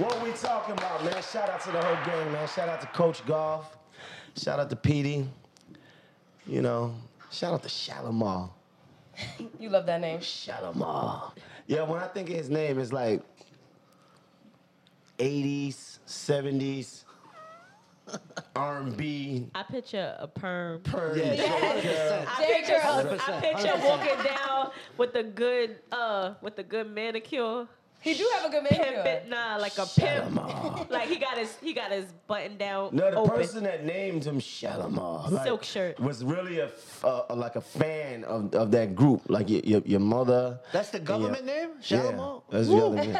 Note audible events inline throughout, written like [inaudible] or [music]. I'm talking about, man. Shout out to the whole gang, man. Shout out to Coach Golf. Shout out to PD. You know, shout out to Shalimar. You love that name. Shalimar. Yeah, when I think of his name, it's like 80s, 70s, R&B. I picture a perm. Purr. Yeah, Yeah, I picture, a, 100%, I picture walking down with a good, uh, with a good manicure. He do have a good Pimp, manicure. nah, like a pimp. Shalimar. Like he got his, he got his button down. No, the open. person that named him Shalimar like, Silk shirt. was really a f- uh, uh, like a fan of, of that group, like your your, your mother. That's the and government your, name? Yeah, Shalimar? that's the Woo. other name.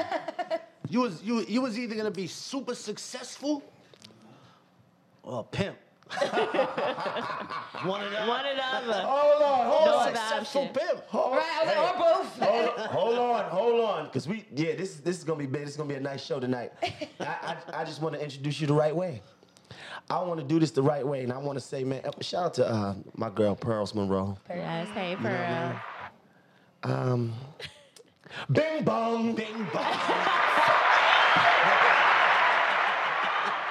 You was you you was either gonna be super successful or [laughs] a pimp. One of them. One or the [laughs] other. Hold on, hold No on. other Successful option. pimp. Hold, Right, I was like, or both. hold, hold [laughs] on, hold on, because we yeah, this this is gonna be big. This is gonna be a nice show [laughs] tonight. I, I, I just want to introduce you the right way. I want to do this the right way, and I want to say, man, uh, shout out to uh, my girl Pearls Monroe. Yes, hey, Pearl. Bing bong, bing bong.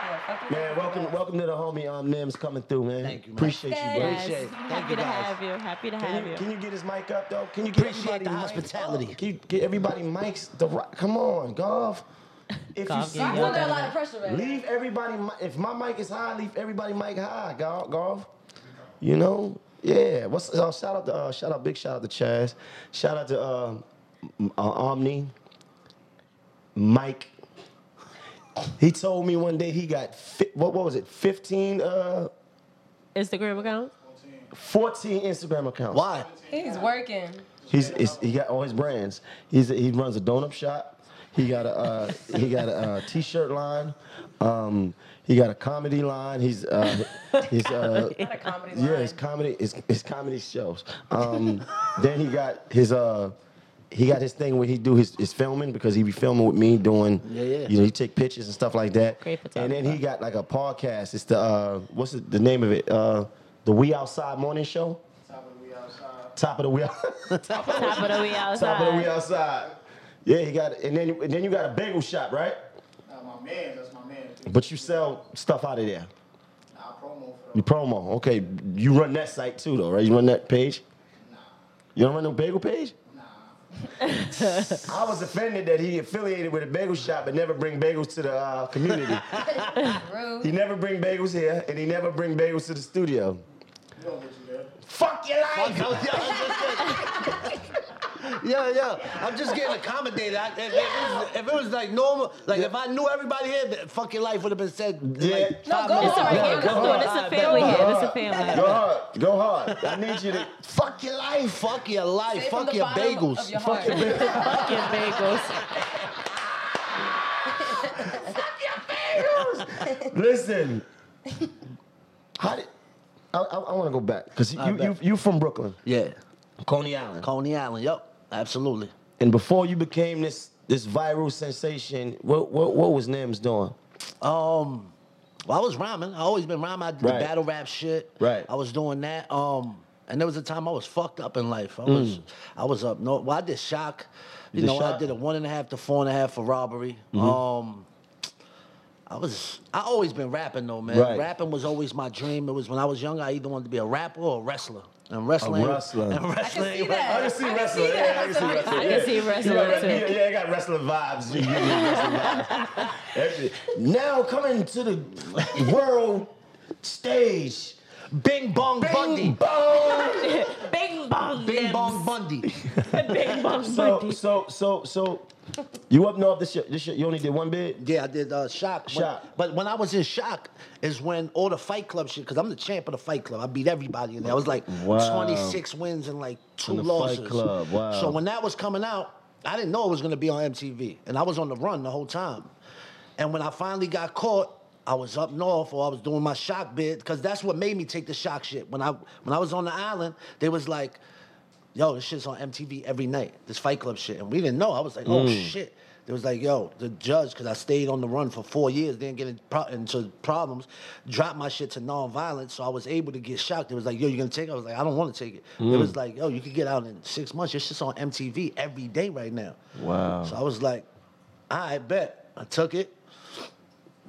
Yeah, fuck you. man, welcome, welcome to the homie um, Nims coming through, man. Thank you, man. Appreciate you, bro. Yes, Appreciate it. Thank happy you, to guys. have you. Happy to Can have you, you. can you get his mic up though? Can you get Appreciate everybody the mics hospitality. up? Can you get everybody mics the right? Come on, golf. If you Golf, see yeah, I'm you're under a one, lot of pressure right now. leave everybody. mi- If my mic is high, leave everybody mic high. Golf, golf. You know, yeah. What's uh, shout out to uh, shout out big shout out to Chaz. Shout out to uh, m- uh, Omni. Mike. He told me one day he got fi- what, what was it? Fifteen, uh, Instagram account? fourteen Instagram accounts. Why? He's working. He's, he's he got all his brands. He's he runs a donut shop. He got a uh, he got a uh, t-shirt line. Um, he got a comedy line. He's uh, he's uh, Not a comedy yeah, line. his comedy his, his comedy shows. Um, [laughs] then he got his uh he got his thing where he do his, his filming because he be filming with me doing Yeah, yeah. you know he take pictures and stuff like that. Great and then he photographer. got like a podcast. It's the uh what's the, the name of it? Uh, the We Outside Morning Show. Top of the We [laughs] Outside. Top of the We Outside. [laughs] Top of the we Top of the we outside. outside. Yeah, you got and then and then you got a bagel shop, right? my man, that's my man. But you sell stuff out of there. I promo for You promo. Okay, you run that site too, though, right? You run that page. You don't run no bagel page. [laughs] I was offended that he affiliated with a bagel shop and never bring bagels to the uh, community. Rude. he never bring bagels here, and he never bring bagels to the studio. We don't get you there. Fuck your life. yeah, [laughs] yeah, I'm just getting accommodated. I, if, if, it was, if it was like normal, like if I knew everybody here, th- fucking life would have been said. Yeah. Like, No, go It's all hard. right. Yeah, Here, come on. It's a family Go here. It's a hard. family. Go hard. Go hard. I need you to fuck your life. fuck your life, Say from fuck the your bottom bagels. of your fuck heart. Fucking bagels. Listen, how did I? I, I want to go back because you, I you bet. you from Brooklyn, Yeah, Coney Island, Coney Island. Yep, absolutely. and before you became this this viral sensation, what what what was Nims doing? Um, well, I was rhyming. I always been rhyming. I did Right. the battle rap shit. Right. I was doing that. Um, and there was a time I was fucked up in life. I was, I was up north. Well, I did shock. Mm. You, did know, I shock? Mm-hmm. did a one and a half to four and a half for robbery. Um, I was. I always been rapping though, man. Right. Rapping was always my dream. It was when I was younger. I either wanted to be a rapper or a wrestler. And wrestling. wrestler. I can And I can wrestling. see that. wrestling. that. wrestling. I can see wrestling, yeah, too. Yeah, yeah, I got wrestling vibes. You give me wrestling vibes. Every- now coming to the world stage, Bing Bong Bundy. Bing Bong. Bing bong. Bing limbs. Bong Bundy. Bing bong. So bundy. so so so, you up north this year? This year you only did one bid. Yeah, I did uh, shock. When- Shock. but when I was in shock is when all the Fight Club shit, because I'm the champ of the Fight Club. I beat everybody in there. I was like Wow. 26 wins and like two In the Fight losses. Club, wow. So when that was coming out, I didn't know it was gonna be on MTV, and I was on the run the whole time. And when I finally got caught. I was up north, or I was doing my shock bid, because that's what made me take the shock shit. When I when I was on the island, they was like, yo, this shit's on MTV every night, this Fight Club shit. And we didn't know. I was like, oh shit. It was like, yo, the judge, because I stayed on the run for four years, didn't get in pro- into problems, dropped my shit to nonviolence, so I was able to get shocked. It was like, yo, you gonna take it? I was like, I don't want to take it. It was like, yo, you could get out in six months. Your shit's on MTV every day right now. Wow. So I was like, I bet. I took it.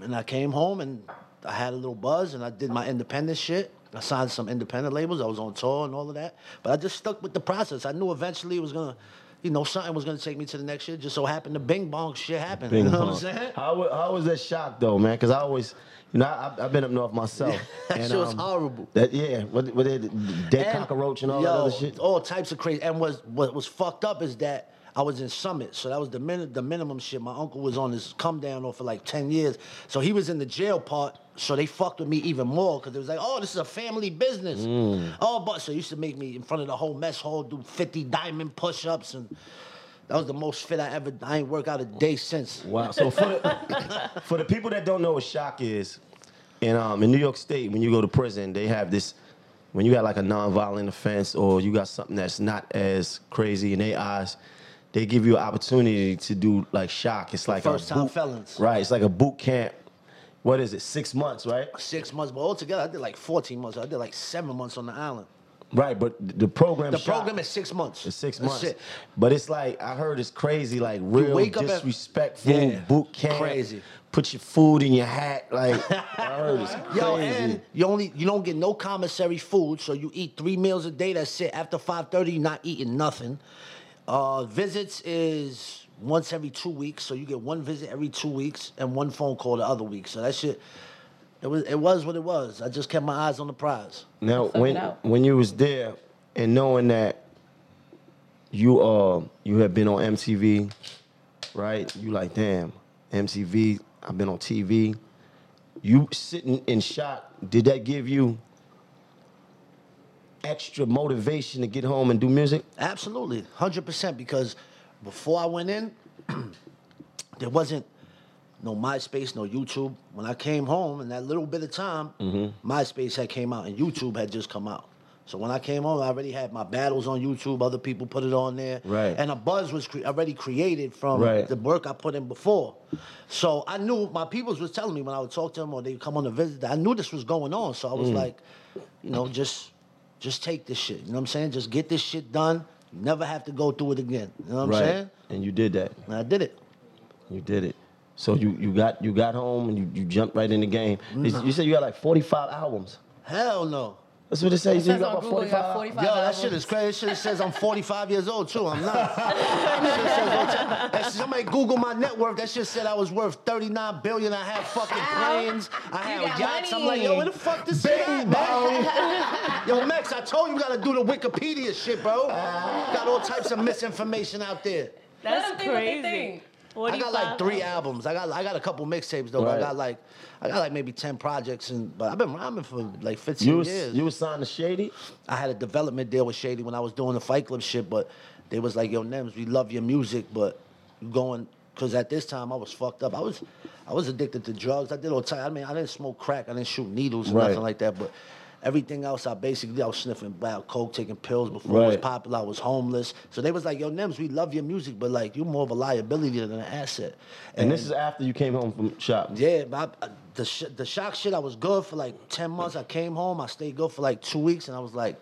And I came home and I had a little buzz and I did my independent shit. I signed some independent labels. I was on tour and all of that. But I just stuck with the process. I knew eventually it was gonna, you know, something was gonna take me to the next shit. Just so happened the bing bong shit happened. you know what I'm saying? How, wa- how was that shock though, man? Because I always, you know, I, I've been up north [laughs] myself. um, That shit was horrible. That yeah, what, what they, dead And- cockroach and all yo, that other shit. All types of crazy. And was what was fucked up is that I was in Summit, so that was the min- the minimum shit. My uncle was on his come down on for like ten years, so he was in the jail part. So they fucked with me even more because it was like, oh, this is a family business. Mm. Oh, but so it used to make me in front of the whole mess hall do fifty diamond push ups and. That was the most fit I ever. I ain't work out a day since. Wow. So for the, [laughs] for the people that don't know what shock is, in um in New York State, when you go to prison, they have this. When you got like a nonviolent offense or you got something that's not as crazy in their eyes, they give you an opportunity to do like shock. It's like a First-time boot- felons. Right. It's like a boot camp. What is it? Six months, right? Six months, but altogether I did like fourteen months. I did like seven months on the island. Right. But the program. The Shock- program is six months. It's six That's months. it. But it's like I heard it's crazy, like real wake up at- disrespectful Yeah, boot camp. crazy. Put your food in your hat. [laughs] Like I heard it's crazy. Yo, and you only you don't get no commissary food, so you eat three meals a day. That's it. After five thirty, you're not eating nothing. Uh, visits is once every two weeks, so you get one visit every two weeks and one phone call the other week. So that shit, it was it was what it was. I just kept my eyes on the prize. now Suck it when out. when you was there and knowing that you uh you have been on MTV, right? You like, damn, MTV, I've been on TV. You sitting in shock, did that give you extra motivation to get home and do music? Absolutely, hundred percent. Because before I went in, [clears throat] there wasn't no MySpace, no YouTube. When I came home, in that little bit of time, MySpace had came out and YouTube had just come out. So when I came home, I already had my battles on YouTube. Other people put it on there, Right. And a buzz was cre- already created from Right. the work I put in before. So I knew my peoples was telling me when I would talk to them or they would come on a visit. that I knew this was going on. So I was like, you know, just just take this shit. You know what I'm saying? Just get this shit done. You never have to go through it again. You know what I'm saying? And you did that. And I did it. You did it. So you, you got you got home and you, you jumped right in the game. Mm-hmm. You- You said you got like 45 albums. Hell no. That's what it says. It you says got on about Google you 45. got albums. 45 Yo, that albums. shit is crazy. That shit says I'm 45 years old too. I'm not. [laughs] That shit says all time- that shit- somebody Google my net worth. That shit said I was worth 39 billion. I had fucking Ow. planes. I You got had yachts. I'm like, money. yo, where the fuck this shit at, man? [laughs] yo, Max, I told you you gotta do the Wikipedia shit, bro. Uh. Got all types of misinformation out there. That's them think what they crazy. think. I got 45. like three albums. I got I got a couple mixtapes though. but I Right. got like I got like maybe 10 projects and but I've been rhyming for like 15 You was, years. you was signed to Shady? I had a development deal with Shady when I was doing the Fight Club shit, but they was like, "Yo, Nems, we love your music, but you going." Cause at this time I was fucked up. I was, I was addicted to drugs. I did all time. I mean, I didn't smoke crack. I didn't shoot needles or Right. nothing like that. But everything else, I basically I was sniffing wild coke, taking pills before it was Right. popular. I was homeless. So they was like, "Yo, Nems, we love your music, but like you're more of a liability than an asset." And this is after you came home from shop. Yeah, but I, I- the sh- the shock shit. I was good for like ten months. I came home. I stayed good for like two weeks, and I was like,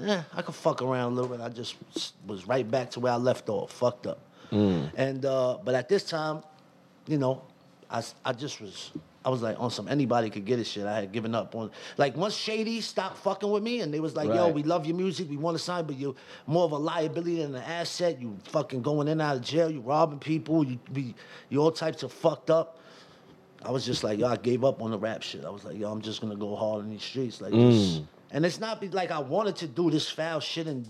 eh, I could fuck around a little bit. I just s- was right back to where I left off, fucked up. And uh, but at this time, you know, I s- I just was. I was like on some anybody could get it shit. I had given up on like once Shady stopped fucking with me and they was like, yo, Right. we love your music, we want to sign, but you're more of a liability than an asset. You fucking going in and out of jail, you robbing people, you be you all types of fucked up. I was just like, yo, I gave up on the rap shit. I was like, yo, I'm just gonna go hard in these streets, like Mm. just- And it's not be- like I wanted to do this foul shit and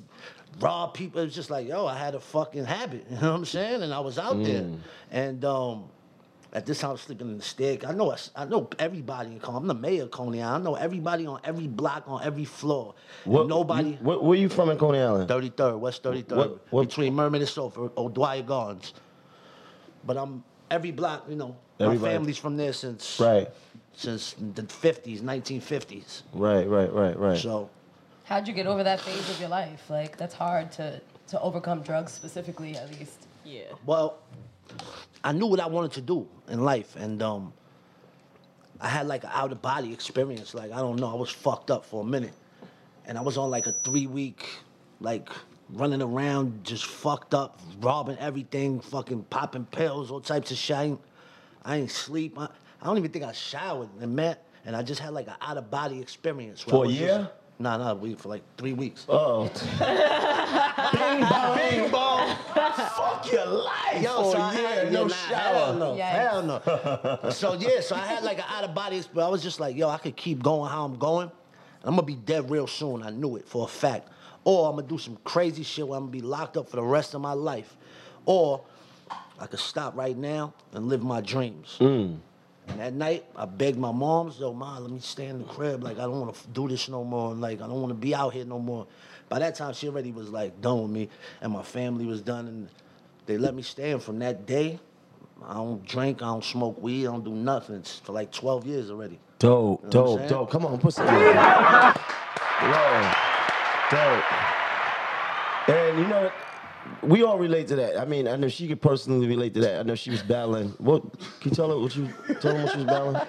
rob people. It's just like, yo, I had a fucking habit. [laughs] You know what I'm saying? And I was out there. Mm. And um, at this time, I was sleeping in the stick. I know, I, s- I know everybody in Coney. I'm the mayor of Coney Island. I know everybody on every block, on every floor. And What- Nobody. you- where, where you from in Coney Island? 33rd, West 33rd, What- what- between Mermaid and Sofa, O'Dwyer Gardens. But I'm every block, you know, my Everybody. family's from there since Right, since the 50s, 1950s. right, right, right, right. So How'd you get over that phase of your life? Like that's hard to to overcome drugs specifically, at least. Yeah. Well, I knew what I wanted to do in life, and um, I had like an out of body experience. Like I don't know, I was fucked up for a minute, and I was on like a three week, like running around just fucked up, robbing everything, fucking popping pills, all types of shit. I ain't- I ain't sleep. I, I don't even think I showered and met. And I just had like an out of body experience. where For I a was year? Just, nah, nah, we for like three weeks. [laughs] Oh. Bing bong. Bing bong. Fuck your life. Yo, for so a I year, had, Oh, no yeah, nah, Hell shower. no, Yikes. hell [laughs] no. so yeah, so I had like an out of body, but I was just like, yo, I could keep going how I'm going. I'm gonna be dead real soon. I knew it for a fact. Or I'm gonna do some crazy shit where I'm gonna be locked up for the rest of my life. Or I could stop right now and live my dreams. And that night, I begged my moms, yo, ma, let me stay in the crib. Like, I don't want to do this no more. And, Like, I don't want to be out here no more. By that time, she already was like done with me, and my family was done, and they let me stay. And from that day, I don't drink, I don't smoke weed, I don't do nothing It's for like 12 years already. Dope, You know what I'm dope, saying? dope. Come on, put some. Whoa. Dope. And you know what? We all relate to that. I mean, I know she could personally relate to that. I know she was battling. What? Can you tell her what you tell her what she was battling?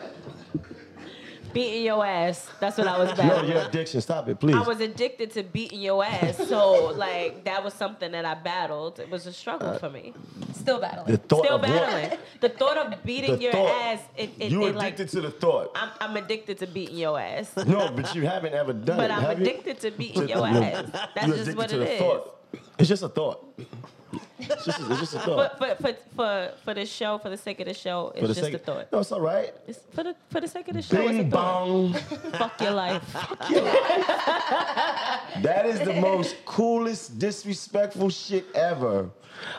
Beating your ass. That's what I [laughs] was No, battling. your addiction. Stop it, please. I was addicted to beating your ass. So like that was something that I battled. It was a struggle for me. Still the battling. Uh, thought Still of what- battling. The thought of beating the your thought. ass. It, it, you it, addicted like, to the thought. I'm, I'm addicted to beating your [laughs] ass. No, but you haven't ever done But it. I'm have you? addicted to beating To- no, your ass. That's You're just addicted what to it the is. thought. It's just a thought. It's just, it's just a [laughs] But thought. for for for for the show, for the sake of the show, it's For the just sake- a thought. No, it's all right. It's for the for the sake of the show, Bing it's a thought. bong. Fuck your life. That is the [laughs] most coolest, disrespectful shit ever.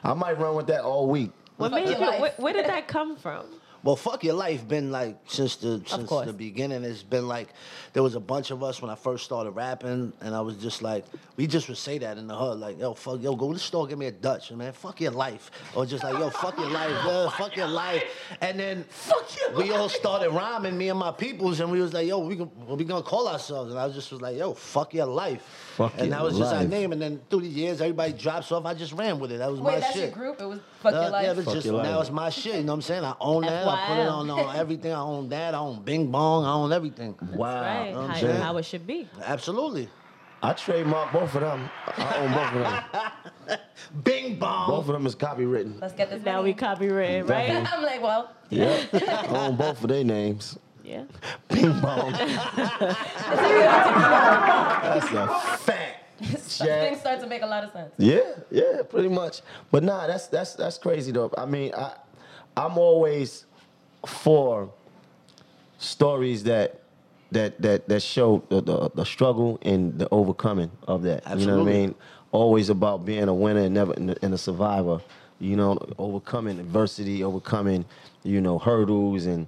I might run with that all week. What Fuck made your you? life. Where, where did that come from? Well, fuck your life been like since the since course. the beginning. It's been like there was a bunch of us when I first started rapping, and I was just like, we just would say that in the hood, like, yo, fuck, yo, go to the store, get me a Dutch, man, fuck your life, or just like, yo, fuck your life, yo, fuck your life, and then fuck your we all started rhyming, me and my peoples, and we was like, yo, we gon- what we gonna call ourselves, and I just was like, yo, fuck your life, Fuck and your that was just our life. name, and then through the years, everybody drops off. I just ran with it. That was my Wait, that's shit. your group? It was fuck Uh, your life. Yeah, but Fuck just your life. now it's my shit. You know what I'm saying? I own that. I put it on, on everything. I own that. I own Bing Bong. I own everything. Wow. Right, Uh, I'm how, saying? how it should be. Absolutely. I trademark both of them. I own both of [laughs] them. Bing Bong. Both of them is copywritten. Let's get this Now we money. copyrighted, right? Definitely. [laughs] I'm like, well, Yeah. I own both of their names. Yeah. Bing [laughs] bong. That's a [laughs] fact. things start to make a lot of sense. Yeah, yeah, pretty much. But nah, that's that's that's crazy though. I mean, I I'm always for stories that that that that show the the, the struggle and the overcoming of that. You know what I Absolutely. mean? Always about being a winner and never and, and a survivor. You know, overcoming adversity, overcoming you know hurdles and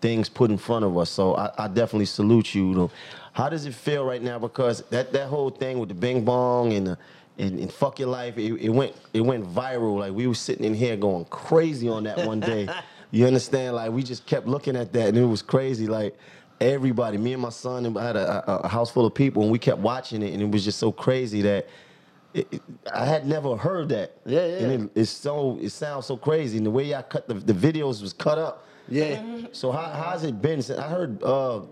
things put in front of us. So I, I definitely salute you. Though. How does it feel right now? Because that that whole thing with the Bing Bong and the and, and fuck your life, it, it went it went viral. Like we were sitting in here going crazy on that one day. you understand? Like we just kept looking at that and it was crazy. Like everybody, me and my son, and I had a, a, a house full of people, and we kept watching it, and it was just so crazy that it, it- I had never heard that. Yeah, yeah. And it, it's so it sounds so crazy, and the way y'all cut the, the videos was cut up. Yeah. So how, how's it been? Since I heard, uh,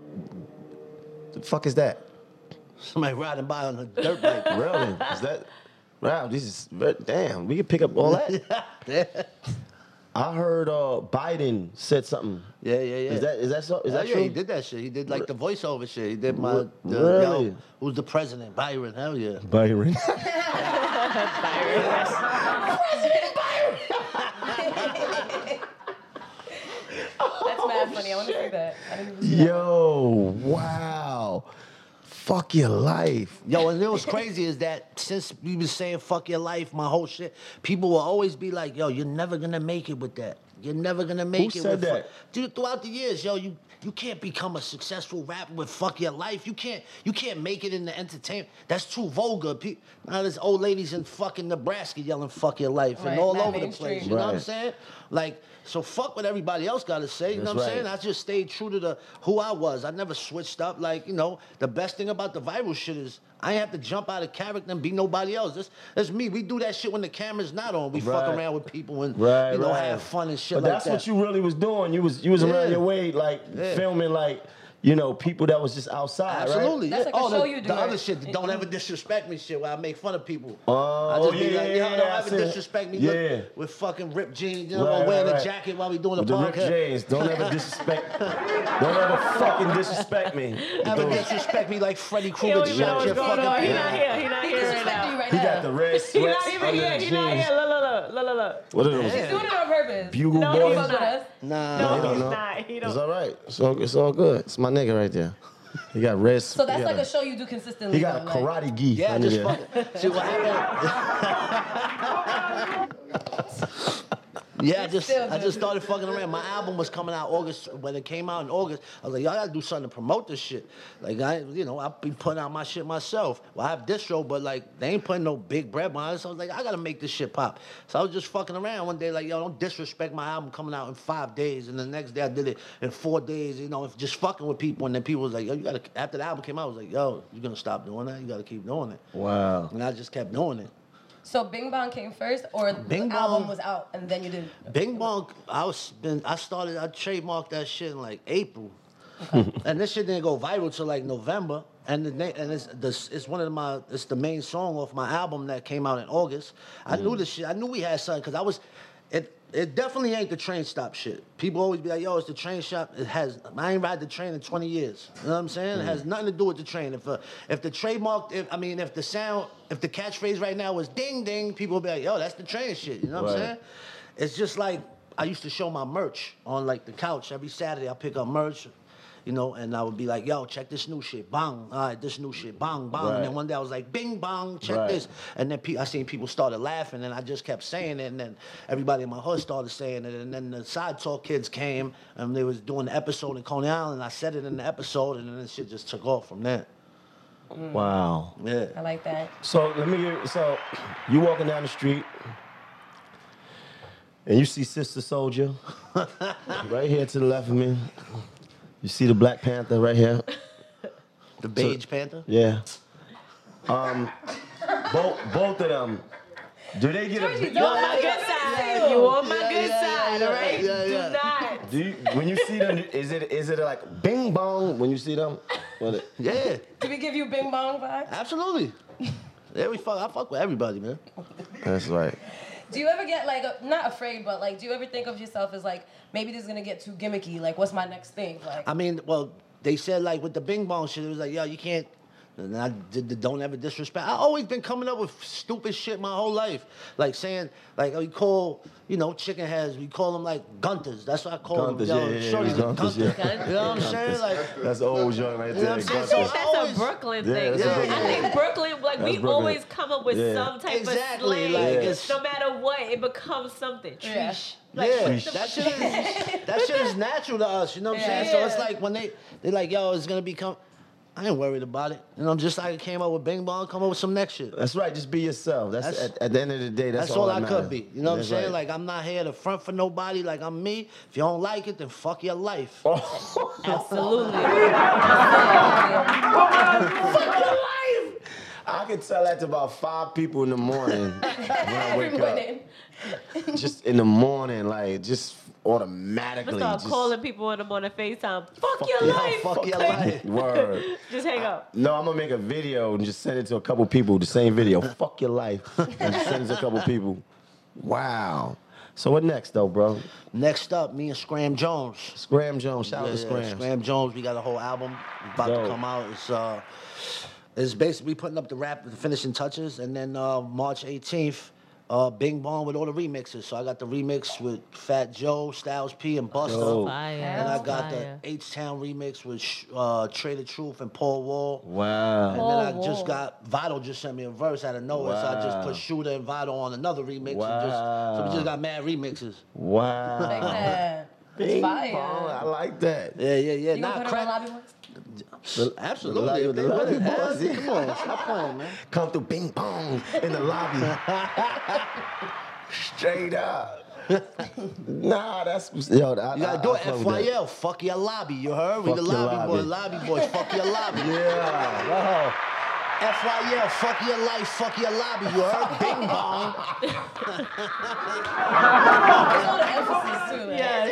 the fuck is that? Somebody riding by on a dirt bike. Really? Is that? Wow, this is ver- damn. We can pick up all [laughs] that. I heard uh, Biden said something. [laughs] Yeah, yeah, yeah. Is that is that so? Is that Hell yeah, true? he did that shit. He did like the voiceover shit. He did my Re- the, really? yo, who's the president? Byron. Hell yeah. Byron. Oh, That's mad funny. I want to see that. I didn't even see that. Yo, wow. Fuck your life. Yo, and it was crazy is that since we was saying fuck your life, my whole shit, people will always be like, yo, you're never gonna make it with that. You're never gonna make it said with fu-" that? Dude, throughout the years, yo, you you can't become a successful rapper with fuck your life. You can't you can't make it in the entertainment. That's too vulgar. Pe- now there's old ladies in fucking Nebraska yelling fuck your life Right, and all not over the place. mainstream. You know what I'm Right. saying? Like, so fuck what everybody else gotta say. You know That's what I'm saying? right. I just stayed true to the who I was. I never switched up. Like, you know, the best thing about the viral shit is I ain't have to jump out of character and be nobody else. That's, that's me. We do that shit when the camera's not on. We Right. fuck around with people and Right, you know right. have fun and shit But like that's that. what you really was doing. You was you was around Yeah. your way, like Yeah. filming, like you know, people that was just outside. right? Absolutely. That's yeah. like a oh, the- show you the, do, other right? shit, the don't ever disrespect me shit where I make fun of people. Oh, I just be yeah, like, yeah, yo, don't yeah, I ever see it. disrespect me Yeah. with, with fucking ripped jeans, you know, Right, right, wearing right. a jacket while we doing the With the Rick podcast. James. Don't ever [laughs] disrespect. don't ever fucking disrespect me. Ever Those- disrespect me like Freddy He Krueger. don't even know Shut what's your going on. Oh, He fucking not here. He not He here right disrespected you now. right he now. got the [laughs] [laughs] red He sweats not even under here. the He jeans. not here. Look, look, look, look, look, look. What are those? Yeah. Doing it on purpose. Bugle No, boys? he's not. Nah. No, No, he don't he's know. not. He It's don't. all right. It's all, it's all good. It's my nigga right there. He got red. So that's like a show you do consistently. He got a though, like- karate gi. Yeah, under just there. fucking. See what happened? [laughs] yeah, I just Still I good. just started fucking around. My album was coming out August. When it came out in August, I was like, y'all gotta do something to promote this shit. Like I, you know, I'll be putting out my shit myself. Well, I have this show, but like they ain't putting no big bread behind it. So I was like, I gotta make this shit pop. So I was just fucking around one day, like, yo, don't disrespect my album coming out in five days, and the next day I did it in four days. You know, just fucking with people, and then people was like, yo, you gotta. After the album came out, I was like, yo, you gonna stop doing that? You gotta keep doing it. Wow. And I just kept doing it. So Bing Bong came first, or the Bing album Bong. was out and then you did. Bing Bong, I was been I started I trademarked that shit in like April, and this shit didn't go viral till like November. And the na- and it's this it's one of my it's the main song off my album that came out in August. I knew this shit. I knew we had something because I was, it it definitely ain't the train stop shit. People always be like, yo, it's the train stop. It has I ain't ride the train in twenty years. You know what I'm saying? It has nothing to do with the train. If uh, if the trademark, if, I mean, if the sound, if the catchphrase right now was ding ding, people would be like, yo, that's the train shit. You know what I'm Right. saying? It's just like I used to show my merch on like the couch every Saturday. I pick up merch, you know, and I would be like, "Yo, check this new shit, bang! All right, this new shit, bang, bang!" And Right. then one day I was like, "Bing, bang! Check Right. this!" And then pe- I seen people started laughing, and I just kept saying it, and then everybody in my hood started saying it, and then the side talk kids came, and they was doing the episode in Coney Island. I said it in the episode, and then shit just took off from there. Wow. Yeah. I like that. So let me hear. So you walking down the street and you see Sister Soldier [laughs] right here to the left of me. You see the Black Panther right here. The Beige Panther. Yeah. Um, both both of them. Do they get Georgie, a? don't You on my Yeah, good yeah, side. You on my good yeah, yeah, side, yeah, all right? yeah, yeah. Do not. Do you, when you see them, is it is it like bing bong when you see them? What it, Yeah, Did we give you Bing Bong [laughs] vibes? absolutely. Yeah, we fuck. I fuck with everybody, man. that's right. Do you ever get like a, not afraid, but like, do you ever think of yourself as like maybe this is gonna get too gimmicky? Like, what's my next thing? Like, I mean, well, they said like with the Bing Bong shit, it was like, yo, you can't. And I did the don't ever disrespect. I always been coming up with stupid shit my whole life, like saying like we call you know chicken heads, we call them like Gunters. That's what I call Gunters, them. Yo, yeah, yeah, yeah, shorty's a Gunters, Gunter. yeah. You know what I'm saying? Like That's old joint right You know there. what I'm I saying? think So I that's always- a Brooklyn Yeah, thing. that's a I Brooklyn think Brooklyn, like That's we Brooklyn. always come up with Yeah. some type of Exactly, slang. like, Yeah. it's- No matter what, it becomes something. Yeah. Treesh. Like, Yeah, what the that shit is that shit is natural to us. You know what I'm saying? So Yeah. it's like when they they like, yo, it's gonna become. I ain't worried about it. You know, just like I came up with Bing Bong, come up with some next shit. That's right. Just be yourself. That's, That's- at, at the end of the day. That's, That's, all, that I matters. could be. You know what I'm That's saying? right. Like I'm not here to front for nobody. Like I'm me. If you don't like it, then fuck your life. Oh. Absolutely. I can tell that to about five people in the [laughs] morning when I every wake morning. up. Just in the morning, like just automatically. I'm gonna start just, calling people in the morning FaceTime. Fuck, your [laughs] yeah, life. [laughs] fuck your Like, life. Word. Just hang up. No, I'm gonna make a video and just send it to a couple people. The same video. Fuck your life. And just send it to a couple people. Wow. So what next though, bro? Next up, me and Scram Jones. Scram Jones. Shout out to Yeah, yeah, Scram. Scram Jones. We got a whole album about Dope. to come out. It's uh, it's basically putting up the rap, the finishing touches, and then uh, March 18th. Uh, Bing Bong with all the remixes. So I got the remix with Fat Joe, Styles P, and Busta. Dope. Fire. And I got Fire. the H Town remix with Sh- uh, Trader Truth and Paul Wall. And Wow. then I Oh, just whoa. got Vital just sent me a verse out of nowhere, so I Wow. just put Shooter and Vital on another remix. And just, so Wow. we just got mad remixes. Like Wow. that. Bing It's fire. bong. I like that. Yeah, yeah, yeah. You gonna Not put it on crack. lobby once? Absolutely. The if they lobby- with it, the ask- lobby boys, Come on, stop playing, man. Come through bing bong in the lobby. [laughs] Straight [laughs] up. nah, that's yo. [laughs] I, You gotta I- do I it. fuck with that. FYL, fuck your lobby. You heard? We Fuck the your lobby boys, lobby. lobby boys, fuck your lobby. Yeah. FYL, fuck your life, fuck your lobby. You [laughs] heard? Bing bong. It's all the emphasis too. Like. Yes.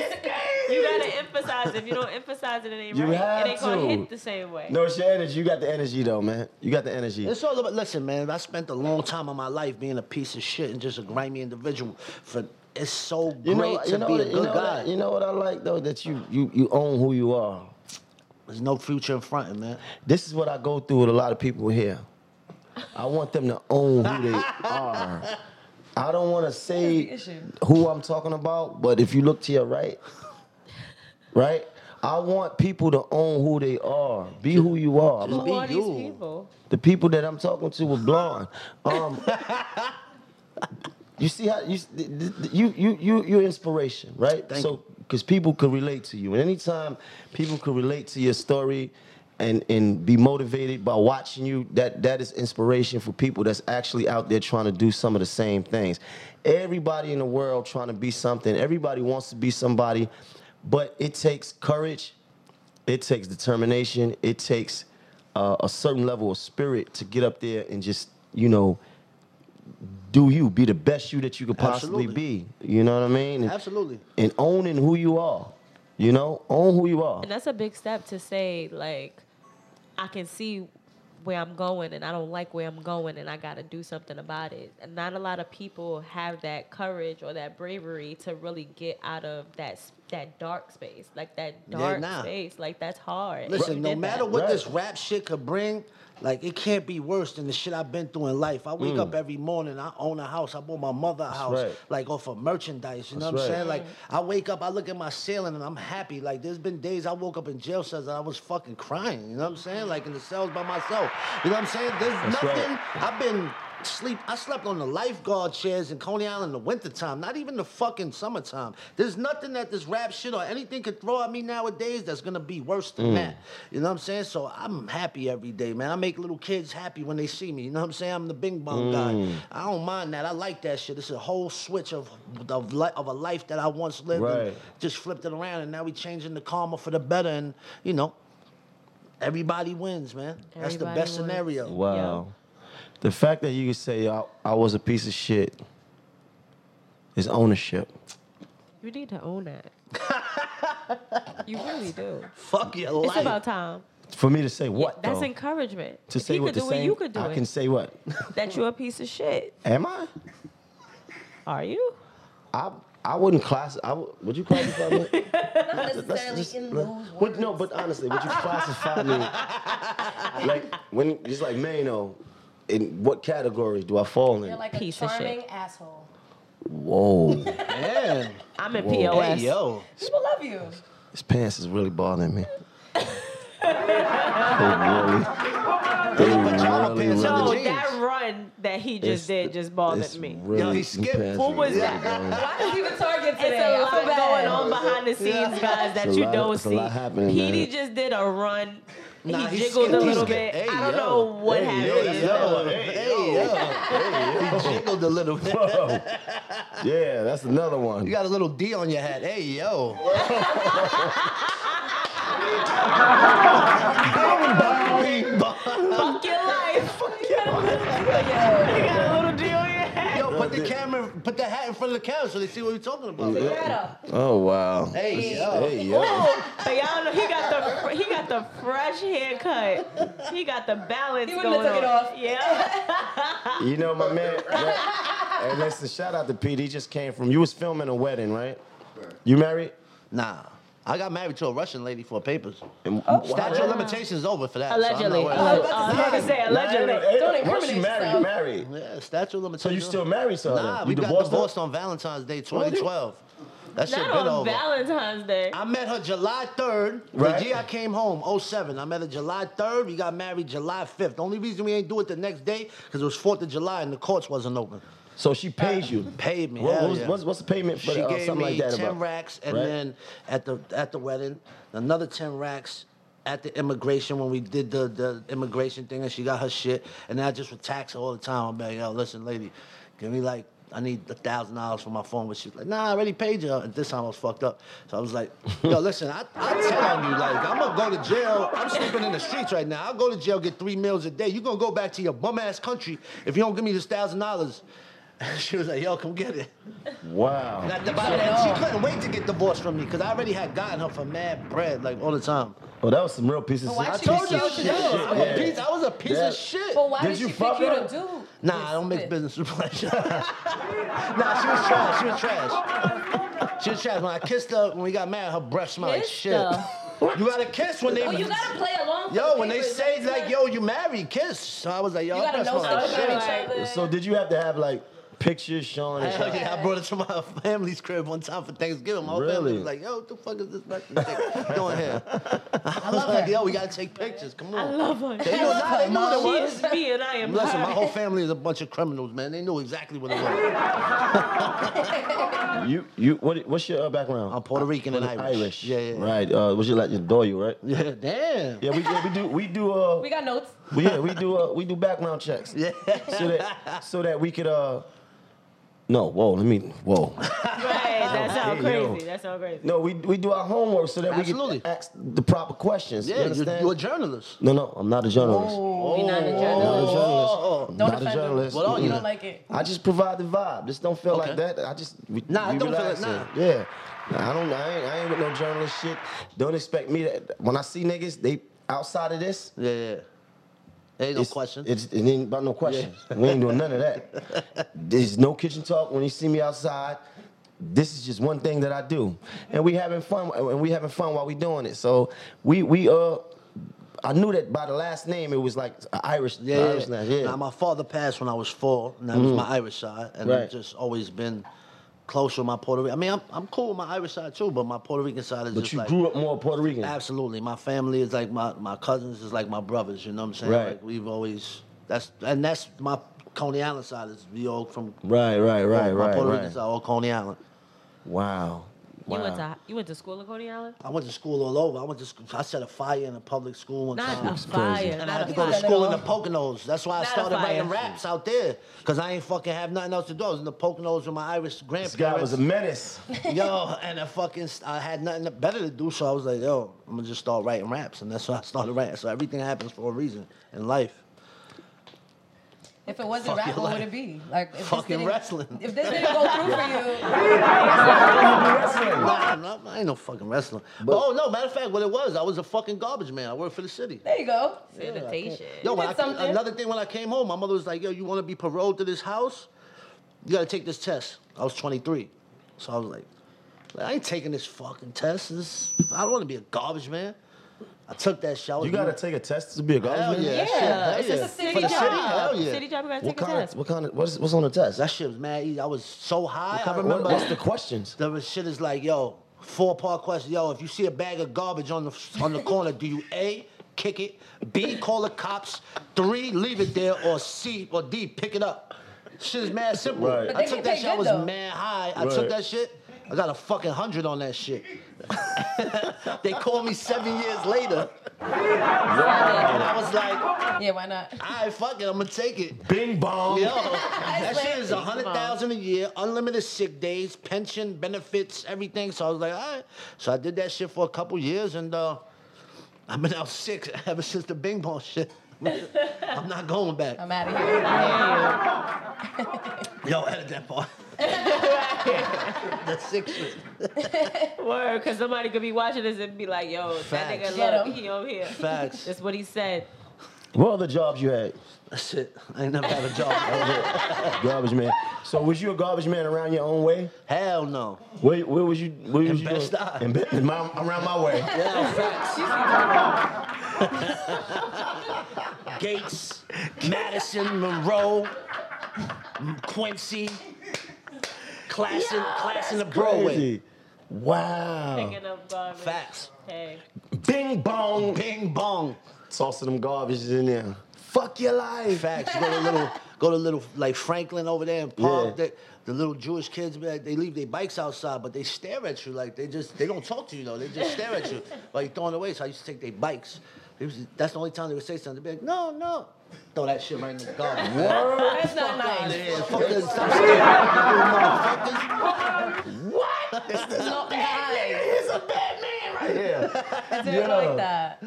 You gotta emphasize emphasize it. If you don't emphasize it, it ain't You right. have it ain't gonna to. hit the same way. No, it's your energy. You got the energy though, man. You got the energy. It's all about. Listen, man. I spent a long time of my life being a piece of shit and just a grimy individual. For it's so great You know, you to know, be a what- good you know, guy. what- you know what I like though that you you you own who you are. There's no future in front of man. This is what I go through with a lot of people here. I want them to own who they are. I don't want to the say issue. who I'm talking about, but if you look to your right, right, I want people to own who they are. Be who you are. Just Who are these you. people? The people that I'm talking to were blonde. Um, you see how you you you you you're inspiration, right? Thank so because people could relate to you, and anytime people could relate to your story. And, and be motivated by watching you. That that is inspiration for people that's actually out there trying to do some of the same things. Everybody in the world trying to be something. Everybody wants to be somebody, but it takes courage it takes determination. It takes uh, a certain level of spirit to get up there and just, you know, do you, be the best you that you could possibly Absolutely. be. You know what I mean? And, Absolutely. And owning who you are. You know, own who you are. And that's a big step to say, like, I can see where I'm going and I don't like where I'm going and I got to do something about it. And not a lot of people have that courage or that bravery to really get out of that s- that dark space, like that Yeah, dark nah. space. Like that's hard. Listen, You no did matter that. what Right. this rap shit could bring, like it can't be worse than the shit I've been through in life. I wake up every morning, I own a house, I bought my mother a house, Mm. right. like off of merchandise. You know That's what I'm right. saying? Like I wake up, I look at my ceiling, and I'm happy. Like there's been days I woke up in jail cells and I was fucking crying. You know what I'm saying? Like in the cells by myself. You know what I'm saying? There's right. nothing. I've been. Sleep. I slept on the lifeguard chairs in Coney Island in the wintertime, not even the fucking summertime. There's nothing that this rap shit or anything could throw at me nowadays that's gonna be worse than that. You know what I'm saying? So I'm happy every day, man. I make little kids happy when they see me. You know what I'm saying? I'm the bing bong guy. I don't mind that. I like that shit. It's a whole switch of of, li- of a life that I once lived and Right. just flipped it around, and now we changing the karma for the better, and you know. Everybody wins, man. That's the Everybody best wins. scenario. Wow. The fact that you could say I, I was a piece of shit is ownership. You need to own [laughs] that. you really do. Fuck your It's life. about time. For me to say what That's though? encouragement. to If say he what could the do same, it, you could do I it. can say what? [laughs] that you're a piece of shit. Am I? Are you? I I wouldn't class. I would, would you classify [laughs] me? Not Let's necessarily just- in let- those words. Would- no, but honestly, [laughs] would you classify me like when just like Mano? In what category do I fall in? You're like a Piece of shit. charming asshole. Whoa, Man. I'm in Whoa. POS. Hey, yo. People love you. his pants is really bothering me. [laughs] They really, they pajama really, pants really- on No, the jeans. that run that he it's- just did just it's bothered me. really- Yo, he them skipped. pants What is was really that? bothering me. Why is he with Target today? It's a I feel lot bad. going on behind the scenes, guys, that It's a you lot- don't it's a see. lot happening, Petey man. just did a run. Nah, he he jiggled a skipped- he little bit. skipped- hey, I don't yo. know what happened. Hey, yo. Hey, [laughs] yo. He jiggled a little bit. Yeah, that's another You one. got a little D on your hat. Hey, yo. Fuck your life. You got a little deal here. Yo, put the camera, put the hat in front of the camera so they see what we're talking about. Greta. Oh wow. Hey, yo. Hey yo. But y'all know he got the fr- he got the fresh haircut. He got the balance He going wouldn't have took it on. off. Yeah. You know, my man. hey, listen, shout out to Pete. He just came from. You was filming a wedding, right? You married? Nah. I got married to a Russian lady for papers. And Statue of limitations over for that. so I'm not Allegedly. worried. Oh, I was about to say allegedly. Don't Once you incriminate married, you yourself. married. Yeah, statue of So you limitations. still married to her? Nah, you we got her? divorced on Valentine's Day 2012. That shit Not been on over. Valentine's Day. I met her July 3rd. Right. The year I came home, 07. I met her July 3rd. We got married July 5th. The only reason we ain't do it the next day, because it was 4th of July and the courts wasn't open. So she paid you. Paid me. What- hell what was- yeah. what's, what's the payment for she uh, gave something me like that? 10 about, racks and right? then at the at the wedding, another 10 racks at the immigration when we did the, the immigration thing and she got her shit. And I just would tax her all the time. I'm like, yo, listen, lady, give me like I need a thousand dollars for my phone, but she's like, "Nah, I already paid you." And this time I was fucked up, so I was like, [laughs] "Yo, listen, I, I tell on you, like, I'm gonna go to jail. I'm sleeping in the streets right now. I'll go to jail, get three meals a day. You gonna go back to your bum ass country if you don't give me this thousand dollars?" [laughs] she was like, yo, come get it. Wow. And at the bottom, and she couldn't wait to get divorced from me because I already had gotten her for mad bread, like all the time. Well, Oh, that was some real pieces. But why of she told you shit. what to Shit, do. shit, I'm yeah. a piece, I was a piece Yeah. of shit. But why Did did, you she fuck pick you her? to do? Nah, I don't this mix shit? business with pleasure. [laughs] nah, she was trash. She was trash. She was trash. When I kissed her, when we got married, her breath smelled like Kissed shit. her? [laughs] You gotta kiss when they. Well, Oh, you gotta play along. for yo, the when they papers, say that's like, not- yo, you married, kiss. So I was like, yo, You her gotta breath know smell like something shit. about each other. So did you have to have like pictures showing? and [laughs] Hell shit? yeah, I brought it to my family's crib one time for Thanksgiving. My whole Really? family was like, yo, what the fuck is this Mexican chick [laughs] doing here? I was love like, her. yo, we gotta take pictures. Come on. I love her. They know, nah, they knew what it She was. is me and I am Listen, her. my whole family is a bunch of criminals, man. They knew exactly what it was. [laughs] You you what what's your uh, background? I'm Puerto Rican and Irish. Irish. Yeah, yeah. Right. Uh, what's your like your Doyle, [laughs] right? Yeah, damn. Yeah, we yeah, we do we do uh We got notes. we, yeah we do uh we do background checks. Yeah. So that so that we could uh. No, whoa, let me whoa. Right, that [laughs] sounds Hey, yo. crazy. That sounds crazy. No, we we do our homework so that we Absolutely. can ask the proper questions. you Yeah, you are understand? you're a journalist. Oh. no, no, I'm not a journalist. We not in Not a journalism. journalist. I'm Don't not a offend them. journalist. Well, oh, You yeah. don't like it. I just provide the vibe. This don't feel Okay. like that. I just we, Nah, it we don't feel relaxing. like- Yeah, Nah, I don't. I ain't, I ain't with no journalist shit. Don't expect me to. When I see niggas, they outside of this. Yeah, yeah. There ain't no question. It's, it ain't about no questions. We ain't doing none of [laughs] that. There's no kitchen talk when you see me outside. This is just one thing that I do, and we having fun. And we having fun while we doing it. So we we uh, I knew that by the last name it was like a Irish. yeah, yeah. Irish name, yeah. Mm. Now, my father passed when I was four, and that was my Irish side, and Right. I've just always been close with my Puerto Rican. I mean, I'm, I'm cool with my Irish side too, but my Puerto Rican side is but just you like grew up more Puerto Rican. absolutely. My family is like my my cousins is like my brothers. You know what I'm saying? Right. Like we've always that's and that's my Coney Island side is we all from Right, right, right, my right, Puerto right. Rican side all Coney Island. Wow. You went Wow. to you went to school in Coney Island? I went to school all over. I went to school. I set a fire in a public school one Not time. a fire. And I had Not to a go to fire. school in the Poconos. That's why I Not a started writing fire. raps out there. Cause I ain't fucking have nothing else to do. I was in the Poconos with my Irish This guy was grandparents. a [laughs] menace. yo, and I fucking I had nothing better to do, so I was like, yo, I'm gonna just start writing raps. And that's why I started writing. So everything happens for a reason in life. If it wasn't Fuck rap, your what would life. it be? Like if Fucking this didn't- wrestling. If this didn't go through for you, Nah, I'm not- I ain't no fucking wrestler. But, But- oh no, matter of fact, what it was, I was a fucking garbage man. I worked for the city. there you go. Sanitation. Yo, when did I ca- something. another thing when I came home, my mother was like, "Yo, you want to be paroled to this house? You gotta take this test." I was 23, so I was like, "I ain't taking this fucking test. This, I don't want to be a garbage man." I took that shower. You gotta take a test to be a Hell garbage yeah, man. that shit, Yeah, hell it's yeah. just a city For the job. city, hell yeah. City job, you gotta What take a kind? Of, test. what kind of? What's what's on the test? That shit was mad. easy. I was so high. What I kind- remember what- what's the questions? There was shit is like, yo, four part question. Yo, if you see a bag of garbage on the on the corner, do you A kick it, B call the cops, three leave it there, or C or D pick it up? Shit is mad simple. Right. But I they took get that paid shit. I good, was though. mad high. I Right. took that shit. I got a fucking hundred on that shit. [laughs] they called me seven years later, and I was like, "All yeah, why not? right, fuck it, I'm gonna take it." Bing bong. Yo, that swear. shit is a hundred thousand a year, unlimited sick days, pension benefits, everything. So I was like, all right. So I did that shit for a couple years, and uh, I've been out sick [laughs] ever since the Bing Bong shit. I'm not going back. I'm out of here. Damn. Yo, edit that part. [laughs] That sick shit. Word, cause somebody could be watching this and be like, yo, that Facts. nigga Get love him. he over here. Facts. That's what he said. What other jobs you had? That's it. I ain't never had a job. garbage man. So was you a garbage man around your own way? Hell no. Where, where was you? Where was In you doing- Best Eye. In Be- in my, around my way. Yeah, facts. Gates, Madison, Monroe, Quincy, class in, class in the Broadway. Crazy. Wow. Picking up garbage. Facts. Hey. Bing bong. Bing bong. Tossing them garbages in there. Fuck your life. Facts. Go to little, go to little like Franklin over there in Park. Yeah. They- the little Jewish kids, man, they leave their bikes outside, but they stare at you like they just they don't talk to you though. They just stare [laughs] at you like throwing away. So I used to take their bikes. They was- that's the only time they would say something. They'd be like, no, no. Throw that shit right in the garbage. That's not nice. Yeah, fuck this. Stop staring at me, you motherfuckers. What? This, this Not nice. It's a bad man right yeah. Didn't Yeah. like that.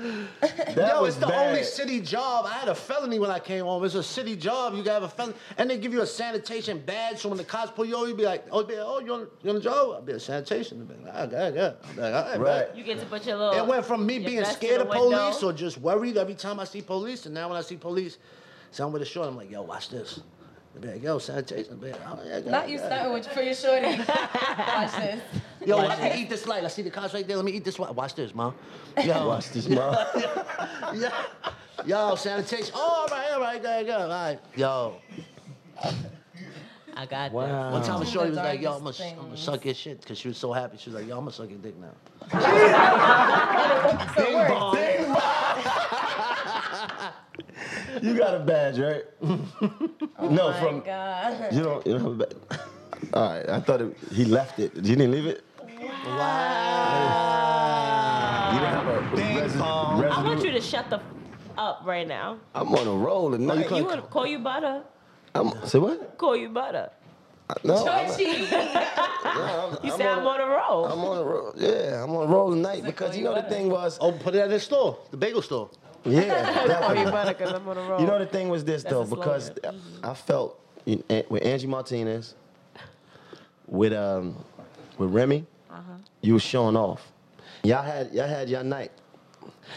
That Yo, was it's the bad. only city job. I had a felony when I came home. It's a city job. You gotta have a felony. And they give you a sanitation badge. So when the cops pull you over, you be like, oh, be like, oh you, on, you on the job? I'll be a sanitation. They be like, "Ah, God, God." I'm like, all right, Right. bet." You get to put your little. It went from me your being vest in scared the of police window. or just worried every time I see police. And now when I see police, someone with a short, I'm like, yo, watch this. They be like, yo, sanitation. They be like, oh, yeah, God, Not you God." starting with for your shorty. Watch this. Yo, watch me eat this light. I see the cops right there. Let me eat this light. Watch this, mom. Yo, Watch this, mom. Yo, yo, sanitation. Oh, all right, all right, go, go, all right. Yo, I got that. Wow. one time a shorty was The like, yo, I'm gonna, darkest I'm gonna things. suck your shit because she was so happy. She was like, yo, I'm gonna suck your dick now. So it worked. You got a badge, [laughs] right? Oh no, My from God. you don't. You don't have a badge. All right, I thought it, he left it. You didn't leave it. Wow. You didn't have a resi- residue. I want you to shut the f- up right now. I'm on a roll and you You Like- would call you butter. I'm say what? Call you butter. I- No, Oh, I'm, Georgie. I'm- You I'm say I'm on a roll. I'm on a roll. Yeah, I'm on a roll tonight because call you you know the butter? thing was. Oh, put it at the store, the bagel store. Yeah, definitely. butter because I'm on [laughs] a roll. You know the thing was this though, a slogan. because I felt in- eh, with Angie Martinez, with um, with Remy, you was showing off. Y'all had y'all had your night.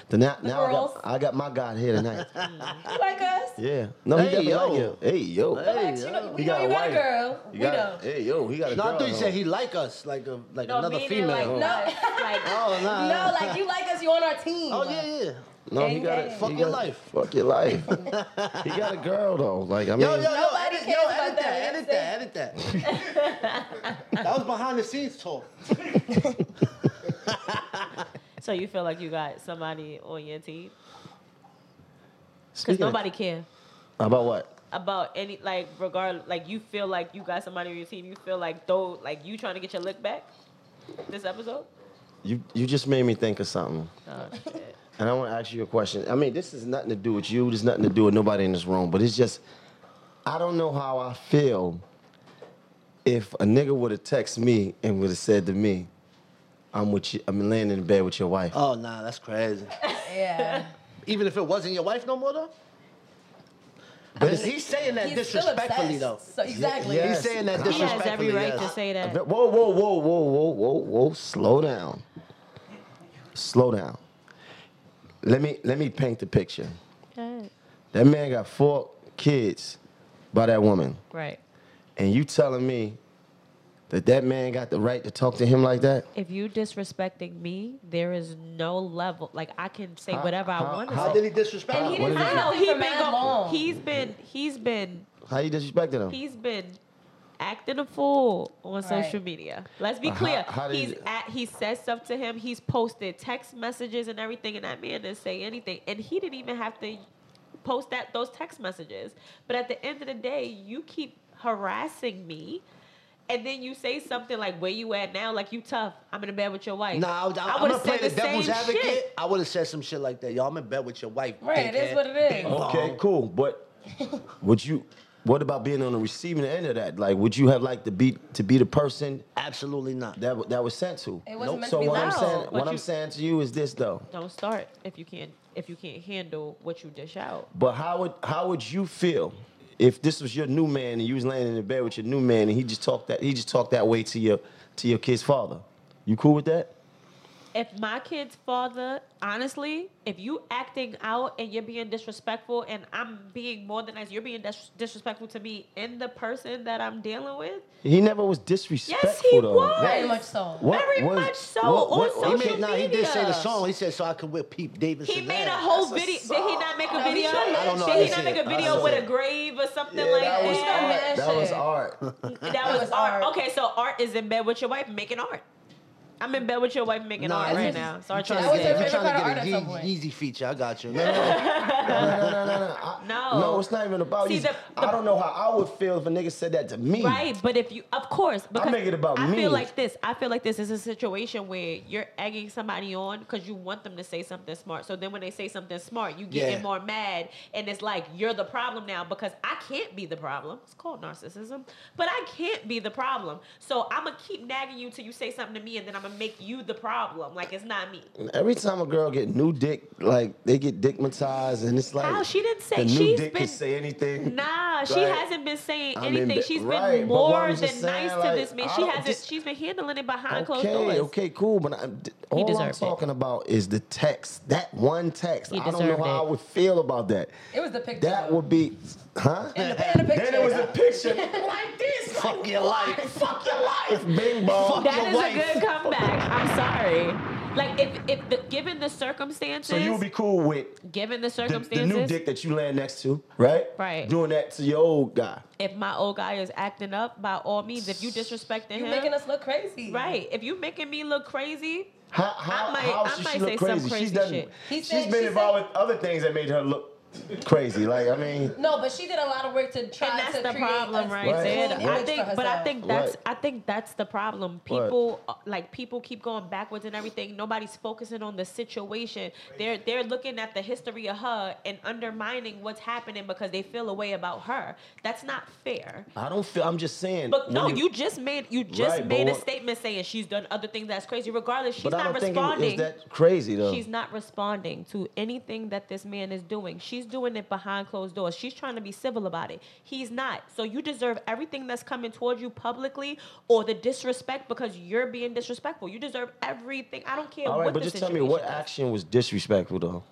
The now, now I, girls. got, I got my God here tonight. You like us? yeah, no, he Hey, definitely like yo. you. Hey yo, Hey, Relax, you know, He we know got you a got wife. a girl. you We got know. hey yo, he got a No, I girl. thought you though. said he like us, like a like no, another meaning female. Like, no, like, Oh no. [laughs] No, like you like us, you on our team. Oh yeah, yeah. no, he Gang, got a, gang. he Fuck got your a- life. Fuck your life. [laughs] he got a girl though. Like I mean, Yo, yo, yo, Nobody edit, cares yo, about edit that. that, edit that, edit that. [laughs] that was behind the scenes talk. so you feel like you got somebody on your team? Because speaking of- nobody care about what? about any like regard. Like you feel like you got somebody on your team. You feel like though, like you trying to get your lick back. This episode. You you just made me think of something. Oh, shit. And I want to ask you a question. I mean, this is nothing to do with you. There's nothing to do with nobody in this room. But it's just, I don't know how I feel if a nigga would have texted me and would have said to me, "I'm with you. I'm laying in bed with your wife." Oh nah, that's crazy. Yeah. Even if it wasn't your wife no more though. But But it's- he's saying that He's still disrespectfully obsessed. though. So, exactly. yeah. He's saying that He he has every disrespectfully. right to yes. say that. Whoa, whoa, whoa, whoa, whoa, whoa, whoa! Slow down. Slow down. Let me let me paint the picture. That man got four kids by that woman. Right. and you telling me that that man got the right to talk to him like that? If you disrespecting me, there is no level. Like I can say How- whatever how- I want to how How say. did he disrespect And he her? What didn't is I it? know he's he been been go- long. he's been he's been How you disrespecting him? he's been acting a fool on Right. social media. Let's be Uh, How- clear. how did he's you- at he says stuff to him. He's posted text messages and everything, and that man didn't say anything. And he didn't even have to post that those text messages. But at the end of the day, you keep harassing me. And then you say something like, "Where you at now? Like you tough? I'm in the bed with your wife." Nah, I, would- I, I am would've gonna play said the, devil's same advocate. shit. I would have said some shit like that. Y'all, I'm in bed with your wife. Right, it dickhead. is what it is. okay, cool. But would you? What about being on the receiving end of that? Like, would you have liked to be to be the person Absolutely not. that w- that was sent to? It wasn't meant so to be what I'm loud. saying, what But I'm you- saying to you is this though. Don't start if you can't if you can't handle what you dish out. But how would how would you feel if this was your new man and you was laying in the bed with your new man and he just talked that he just talked that way to your to your kid's father? You cool with that? if my kid's father, honestly, if you acting out and you're being disrespectful and I'm being more than nice, you're being dis- disrespectful to me and the person that I'm dealing with, He never was disrespectful. though. was. Very much so. What very was- much so what- on what- social he made- Nah, he media. did say the song. He said so I could whip Pete Davidson. He made a ass." whole That's a video. Did he not make a song. No, video? he I don't know, I Did he didn't not see make it. a I didn't video see with it. a grave or something Yeah, like that was Yeah, that? art. man, That was shit. art. [laughs] That was art. Okay, so art is in bed with your wife making art. I'm in bed with your wife making Nah, art right it's- now. So I'm You trying trying That to was get, her you favorite trying kind of to get art a at some Yee- Yeezy feature. I got you. no, no, no, no. I, No. No, it's not even about Oh. See, you. the- I don't know how I would feel if a nigga said that to me. Right, but if you, of course, because make it about I me. feel like this. I feel like this is a situation where you're egging somebody on because you want them to say something smart. So then when they say something smart, you get Yeah. more mad, and it's like you're the problem now because I can't be the problem. It's called narcissism, but I can't be the problem. So I'm gonna keep nagging you till you say something to me, and then I'm gonna make you the problem. Like it's not me. Every time a girl get new dick, like they get dickmatized, and it's like How? She didn't say- the new she's dick been- can say anything. Nah, she Like, hasn't been saying I'm in anything. bed- She's been right, but what more I'm than just saying, nice to like, this man. I She don't- hasn't. just- she's been handling it behind closed doors. Okay, okay, cool. But I, d- all I'm deserved it. talking about is the text. That one text. He I don't know deserved how it. I would feel about that. It was the picture. That though. would be, huh? In the, in the picture. Then it was a picture like this. Fuck your life. Fuck your life, Bing Bong. That Your is wife. a good comeback. I'm sorry. Like if if the, given the circumstances, So you would be cool with given the the, circumstances, the new dick that you land next to, right? Right. Doing that to your old guy. if my old guy is acting up, by all means, if you disrespecting You him, making us look crazy. right? If you making me look crazy, How, how, I might- how I should might she say look some crazy? crazy she's done. shit. He she's said- been she involved said- with other things that made her look crazy. Like I mean, No, but she did a lot of work to try and that's to the create problem, a right? Right. there. cool I image think, for but I herself. think that's Right. I think that's the problem. People uh, like people keep going backwards and everything. Nobody's focusing on the situation. They're they're looking at the history of her and undermining what's happening because they feel a way about her. That's not fair. I don't feel. I'm just saying. But when no, you, just made you just Right, but made a what- statement saying she's done other things that's crazy. Regardless, she's But I not don't think it responding. is that crazy though. She's not responding to anything that this man is doing. She's doing it behind closed doors. She's trying to be civil about it. He's not. So you deserve everything that's coming towards you publicly or the disrespect because you're being disrespectful. You deserve everything. I don't care All what right, but the just tell me what situation is. action was disrespectful though.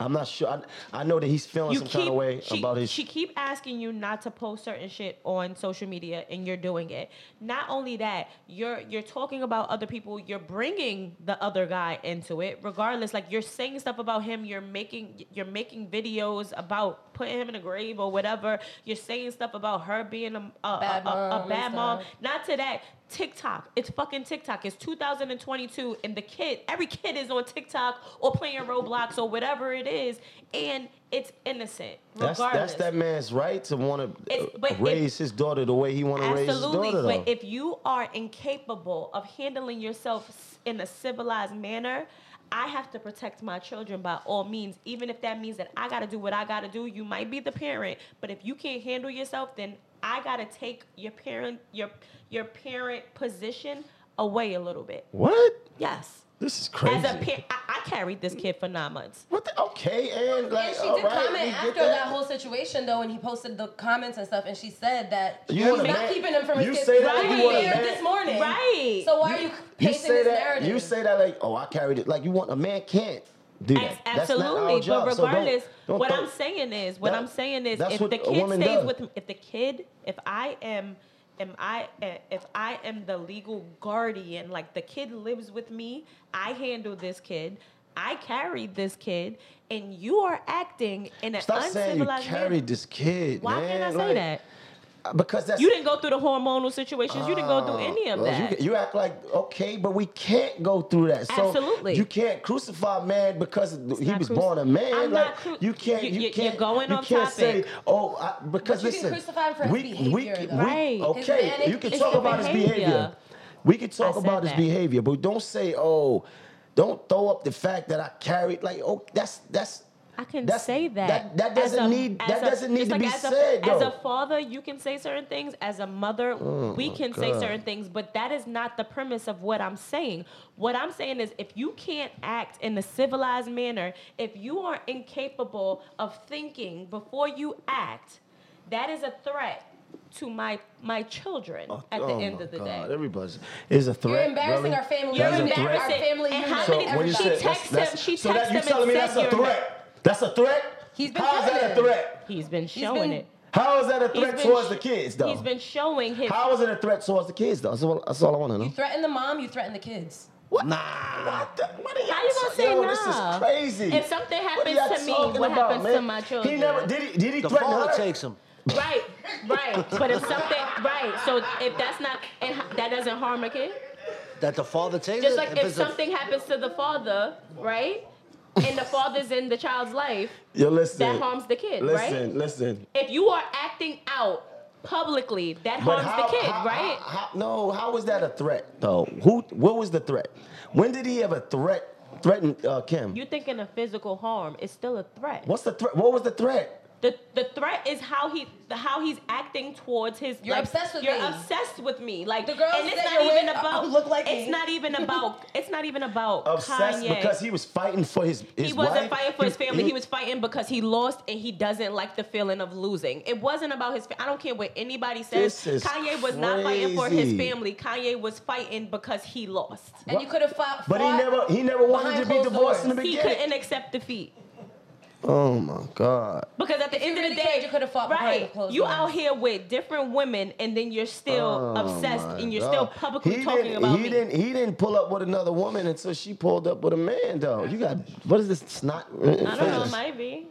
I'm not sure. I, I know that he's feeling some kind of way she, about his. she keep asking you not to post certain shit on social media and you're doing it not only that you're you're talking about other people you're bringing the other guy into it regardless like you're saying stuff about him you're making you're making videos about putting him in a grave or whatever you're saying stuff about her being a, a, Bad a- a- a mom and bad mom stuff. not to that TikTok. It's fucking TikTok. It's 2022 and the kid, every kid is on TikTok or playing Roblox or whatever it is and it's innocent that's regardless. that's that man's right to want It's- to but raise if- his daughter the way he want to raise his Absolutely, daughter though. but if you are incapable of handling yourself s- in a civilized manner, I have to protect my children by all means, even if that means that I got to do what I got to do. You might be the parent, but if you can't handle yourself, then I got to take your parent your your parent position away a little bit. what? Yes. This is crazy. As a parent, I, I carried this kid for nine months. What the, okay, and like, And she all did right, we comment get after that. whole situation though, and he posted the comments and stuff, and she said that You he's want a not man- keeping him from his you kids. say that you Right want a here man- this morning, Right. So why are you You painting say this that narrative? you say that like, oh, I carried it. Like you want a man can't do that. Abs- That's not our Absolutely, but job, so don't- regardless, don't what throw- I'm saying is, what that- I'm saying is, that's if what the a kid woman stays does. with, if the kid, if I am, am I, eh, if I am the legal guardian, like the kid lives with me, I handle this kid, I carried this kid, and you are acting in an Stop saying you uncivilized carried manner. this kid. Why man. can't I say Like, that? Because that's Oh, You didn't go through the hormonal situations. You didn't go through any of Ah, Well, you- that. You, act like okay, but we can't go through that. So Absolutely. you can't crucify man because he not was cruci- born a man. like I'm not cru- you can't, You- you, you- you're can't. going you off can't say, topic. oh, I, because But you listen, can crucify him for his we, behavior, we, though. we- Right. okay, His you can manic- talk his about his behavior. behavior. We can talk I said about his that. behavior, but don't say, oh, don't throw up the fact that I carried. Like, oh, that's that's. I can That's- say that. that- that As doesn't a- need- as that a- doesn't need just to be as a- said, As a though. Oh father, you can say certain things. As a mother, we can say God. certain things, but that is not the premise of what I'm saying. What I'm saying is, if you can't act in a civilized manner, if you are incapable of thinking before you act, that is a threat to my my children at the oh end my of the God, day. Everybody's is a threat. You're embarrassing really? our family. You're That is a embarrassing threat? our family And unit. how So many when you she said texted that's- him, that's- she texted so that, him you and telling me said that's a you're- threat? That's a threat. He's been How is telling that a them. threat? He's been He's showing been- it. How is that a He's threat been towards sh- the kids, though? He's been showing his How is it a threat towards the kids, though? That's all, that's all I want to know. You threaten the mom, you threaten the kids. what? Nah. What, the, what are y'all How you gonna ta- say yo, nah? This is crazy. If something What are happens y'all to me, talking what about, happens man? to my He children? never did. He, did he The threaten father her? takes him. [laughs] Right, right. But if something, right. So if that's not, and h- that doesn't harm a kid. That the father takes Just it? like if it's a- something happens to the father, right, and the father's in the child's life, Yo, listen. that harms the kid, listen, right? listen. If you are acting out publicly, that harms the kid, how- right? how- how- no, how was that a threat though? Who? What was the threat? When did he ever threat threaten uh, Kim? You're thinking of physical harm. It's still a threat. What's the threat? What was the threat? The, the threat is how he the, how he's acting towards his. You're like, obsessed with you're me. obsessed with me. Like The girls and it's that not you're with uh, even about look like it's me. not even about it's not even about Obsessed Kanye. because he was fighting for his his he wife. wasn't fighting for his family. He was fighting because he lost and he doesn't like the feeling of losing. It wasn't about his. Fa- I don't care what anybody says. This is Kanye was not fighting for his crazy. family. Kanye was fighting because he lost. And you could have fought. But he fought- never he never wanted Behind to be closed divorced in the doors. He beginning. couldn't accept defeat Oh my God. because at the If you end of the really day, cared, you could've fought behind right? the closed You doors. out here with different women, and then you're still obsessed, Oh my and you're God. still publicly he talking didn't, about he me. Didn't, he didn't pull up with another woman until she pulled up with a man, though. You got what is this snot? I don't know. It might [laughs] be.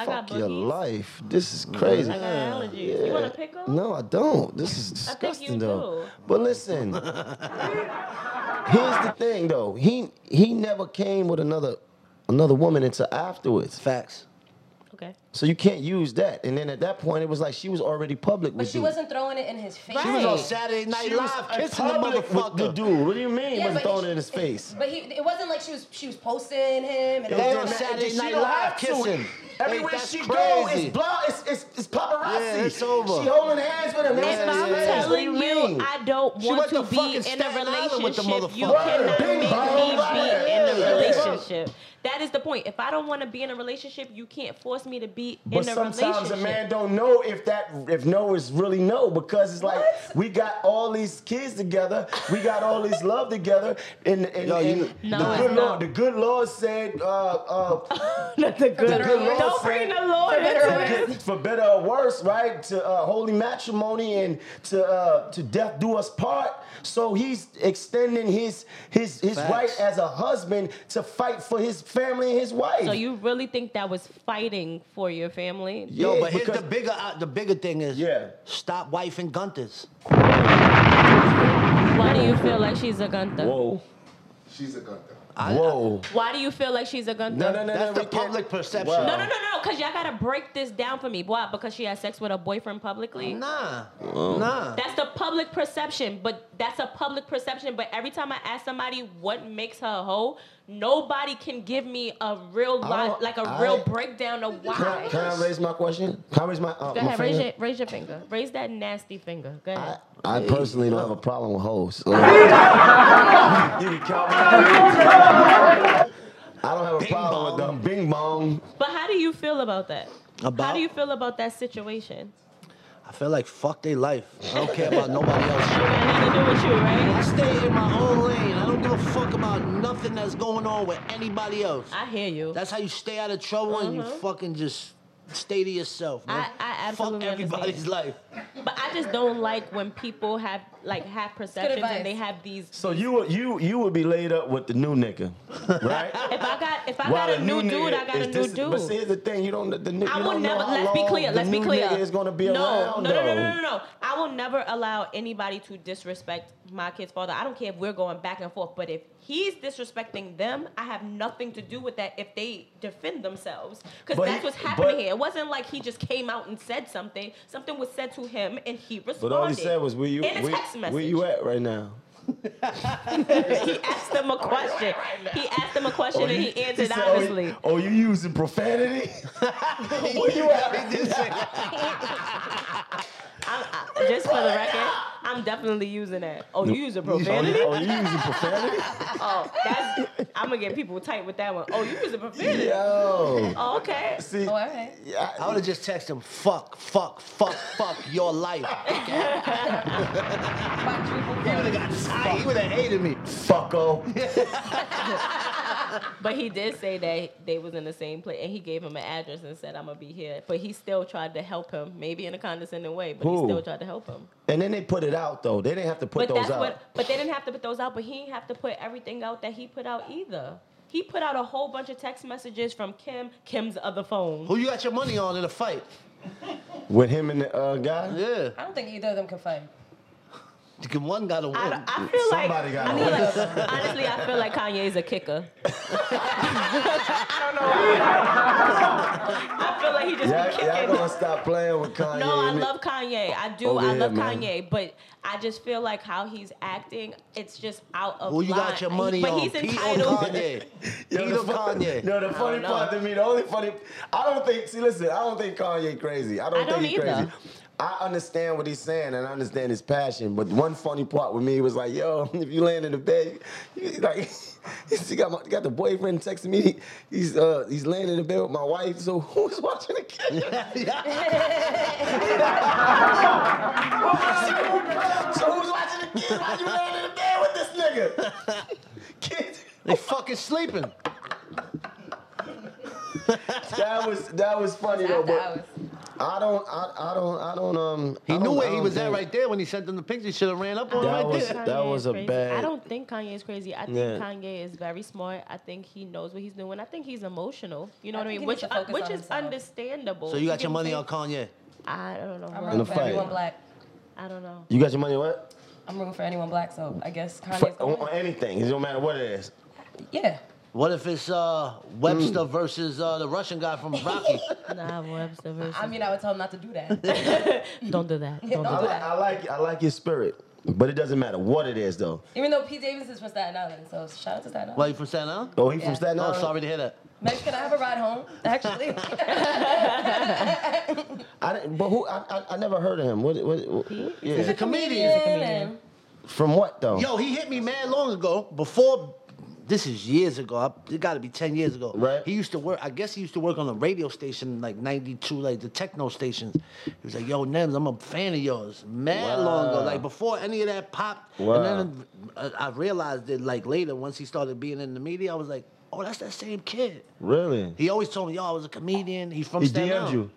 I got Fuck your boogies. life. This is crazy. I got allergies. You want a pickle? No, I don't. This is think you disgusting, though. do. But listen, here's the thing, though. He he never came with another another woman until afterwards. Facts. Okay. So you can't use that. And then at that point, it was like she was already public But with she you. wasn't throwing it in his face. She He was Right. on Saturday Night She was Live kissing the public with the motherfucker. dude. What do you mean? Yeah, wasn't but throwing he- it in his face. But he, it wasn't like she was she was posting him. And They all on that. Saturday She Night don't Live have to. kissing. Everywhere That's she go, crazy. it's blow, it's, it's, it's paparazzi. Yeah, it's over. She holding hands with him. If That's I'm his face. What do telling you, mean? I don't She want went to to be fucking in a Staten Island with the relationship. You motherfucker. cannot Big bone right make me be in a there. relationship. That is the point. If I don't want to be in a relationship, you can't force me to be But in a sometimes a man [laughs] relationship. don't know if that if no is really no because it's like we got all these kids together, we got all this love together, and, and, Yo, you- and No, the it's good not. Lord, the good Lord said, uh, uh, That's a good. the good Lord Don't said, bring the Lord into this. for better or worse, right? To uh, holy matrimony and to uh, to death do us part. So he's extending his his his Facts. right as a husband to fight for his family and his wife. So you really think that was fighting for your family? yeah, Yo, but here's because the bigger uh, the bigger thing is Yeah. stop wife and Gunters. Why do you feel like she's a Gunther? whoa, She's a gun though. I- whoa. Why do you feel like she's a Gunther? No, no, no, That's no, the we can't- public perception. Wow. No, no, no, no, because y'all gotta break this down for me. Why? Because she had sex with her boyfriend publicly? Nah, nah. That's the public perception, but that's a public perception. But every time I ask somebody what makes her a hoe, nobody can give me a real I li- don't- like a I- real breakdown of why. Can I, can I raise my question? Can I raise my, uh, Go my ahead, raise finger? your, raise your finger. Raise that nasty finger. Go I, ahead. I personally don't have a problem with hoes. [laughs] so- you can count me out. I don't have a Bing problem bong. with them. Bing bong. but how do you feel about that? how About- do you feel about that situation? I feel like fuck they life. I don't care about nobody else. It had nothing to do with you, I right? stay in my own lane. I don't give a fuck about nothing that's going on with anybody else. I hear you. That's how you stay out of trouble and you fucking just stay to yourself, man. I- I absolutely fuck everybody's understand. life. But I just don't like when people have like have perceptions advice. and they have these. So you would you you would be laid up with the new [laughs] nigga, right? If I got if I While got the a new dude, nigga I got a is new this- dude. But see, here's the thing: you don't. The, new- you I will don't know never. how Let's be long clear. the Let's be new clear. nigga Is gonna be no, around. no, no, no, though. no, no, no. I will never allow anybody to disrespect my kid's father. I don't care if we're going back and forth, but if he's disrespecting them, I have nothing to do with that if they defend themselves. Because But that's he- what's happening but- here. It wasn't like he just came out and said something. Something was said to him, and he responded. But all he said was, "Where you? in a where- text message. where you at right now?" He [laughs] asked them a question. He asked them a question, and he answered said, oh, honestly. you- Oh, you using profanity? Where [laughs] you at? I- just for the record, I'm definitely using that. Oh, you use a profanity? Oh, you using [laughs] profanity? Oh, that's I'm gonna get people tight with that one. Oh, you use a profanity? Yo. Oh, okay. See, Oh, all right. I would have just texted him, fuck, fuck, fuck, fuck [laughs] your life. He would have got tired. He would have hated me. [laughs] fucko. But he did say that they was in the same place, and he gave him an address and said, "I'm gonna be here." But he still tried to help him, maybe in a condescending way, but Who? he still tried to help him. And then they put it out though. They didn't have to put but those that's out. what. But they didn't have to put those out. But he didn't have to put everything out that he put out either. He put out a whole bunch of text messages from Kim, Kim's other phone. Who you got your money on in a fight? With him and the uh, guy. Yeah. I don't think either of them can fight. You can one gotta win. I, don't- I feel like, Somebody got I feel like honestly, I feel like Kanye's a kicker. [laughs] I don't know why. I feel like he just Y'all, be kicking. y'all gonna stop playing with Kanye. [laughs] No, I and it- love Kanye. I do. Over I here, love man. Kanye, but I just feel like how he's acting, it's just out of Who you line. got your money but on? he's Pete entitled. or Kanye? Pete [laughs] Yo, or the fu- Kanye? No, the funny don't know. part to me, the only funny, I don't think. See, listen, I don't think Kanye crazy. I don't I think don't he's either. crazy. I understand what he's saying and I understand his passion, but one funny part with me was like, yo, [laughs] if you laying in the bed, you, [laughs] you- like, you got my, got the boyfriend texting me. He's uh he's laying in the bed with my wife. So [laughs] who's watching the kid? [laughs] [laughs] [laughs] so who's watching the kid? Why you laying in the bed with this nigga? [laughs] Kid. They fucking sleeping. That was that was funny though, After but hours. I don't, I, I don't, I don't. Um, I He don't- knew I where he don't was at think- right there when he sent them the picture. He should have ran up on him That right was- there. that [laughs] Kanye was is a crazy. bad- I don't think Kanye is crazy. I think Yeah. Kanye is very smart. I think he knows what he's doing. I think he's emotional. You know I what I think mean? he Which needs to uh, focus which on is himself. understandable. So you got your get what money I'm on Kanye. saying? I don't know. I'm bro. rooting for fight. everyone black. I don't know. You got your money on what? I'm rooting for anyone black, so I guess For, Kanye's on, going. on anything. It don't matter what it is. Yeah. What if it's uh, Webster versus uh, the Russian guy from [laughs] Rocky? Nah, Webster versus. I mean, I would tell him not to do [laughs] that. don't do that. Don't do I, that. li- I like, I like your spirit, but it doesn't matter what it is though. Even though Pete Davis is from Staten Island, so shout out to Staten Island. Why you from Staten Island? Oh, he Yeah. from Staten No, Island. sorry to hear that. Meg, can I have a ride home? [laughs] Actually, I didn't, but who? I, I, I never heard of him. What? what, what He's yeah. a comedian. comedian. From what though? Yo, he hit me mad long ago. Before, this is years ago. I, it got to be ten years ago. Right. He used to work. I guess he used to work on a radio station like '92, like the techno stations. He was like, "Yo, Nems, I'm a fan of yours." Mad long ago, Wow. like before any of that popped. Wow. And then uh, I realized it like later once he started being in the media. I was like, "Oh, that's that same kid." Really? He always told me, "Yo, I was a comedian. He's from He Staten DM'd Island." you.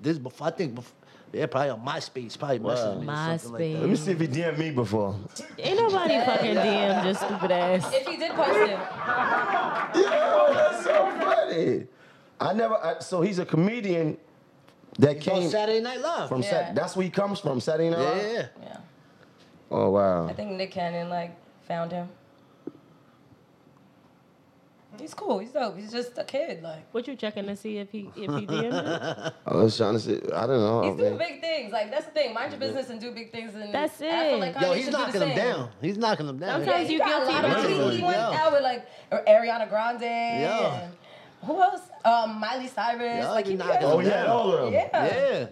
This before I think before. Yeah, probably on MySpace, probably Wow. messaged me. or something Like Let that. me see if he DM'd me before. Ain't nobody fucking DM just stupid ass. If he did post it, Yo, that's so funny. I never. I, so he's a comedian that On came Saturday Night Live. from. Yeah. Sat, that's where he comes from. Saturday Night. yeah, Live? yeah. yeah, Oh wow. I think Nick Cannon like found him. He's cool. He's dope. He's just a kid. Like What you checking to see if he if he DM? you? I was trying to see. I don't know. Oh, he's man. doing big things. Like that's the thing. Mind your business and do big things. And That's I feel it. like Kanye Yo, he's should do the knocking them same. down. He's knocking them down. Sometimes he you got a guilty lot of by people. choice. He went Yeah. out with like Ariana Grande. Yeah. and Who else? Um, Miley Cyrus. Yeah, like he he be, knocking Oh yeah. them yeah, all of them. Yeah.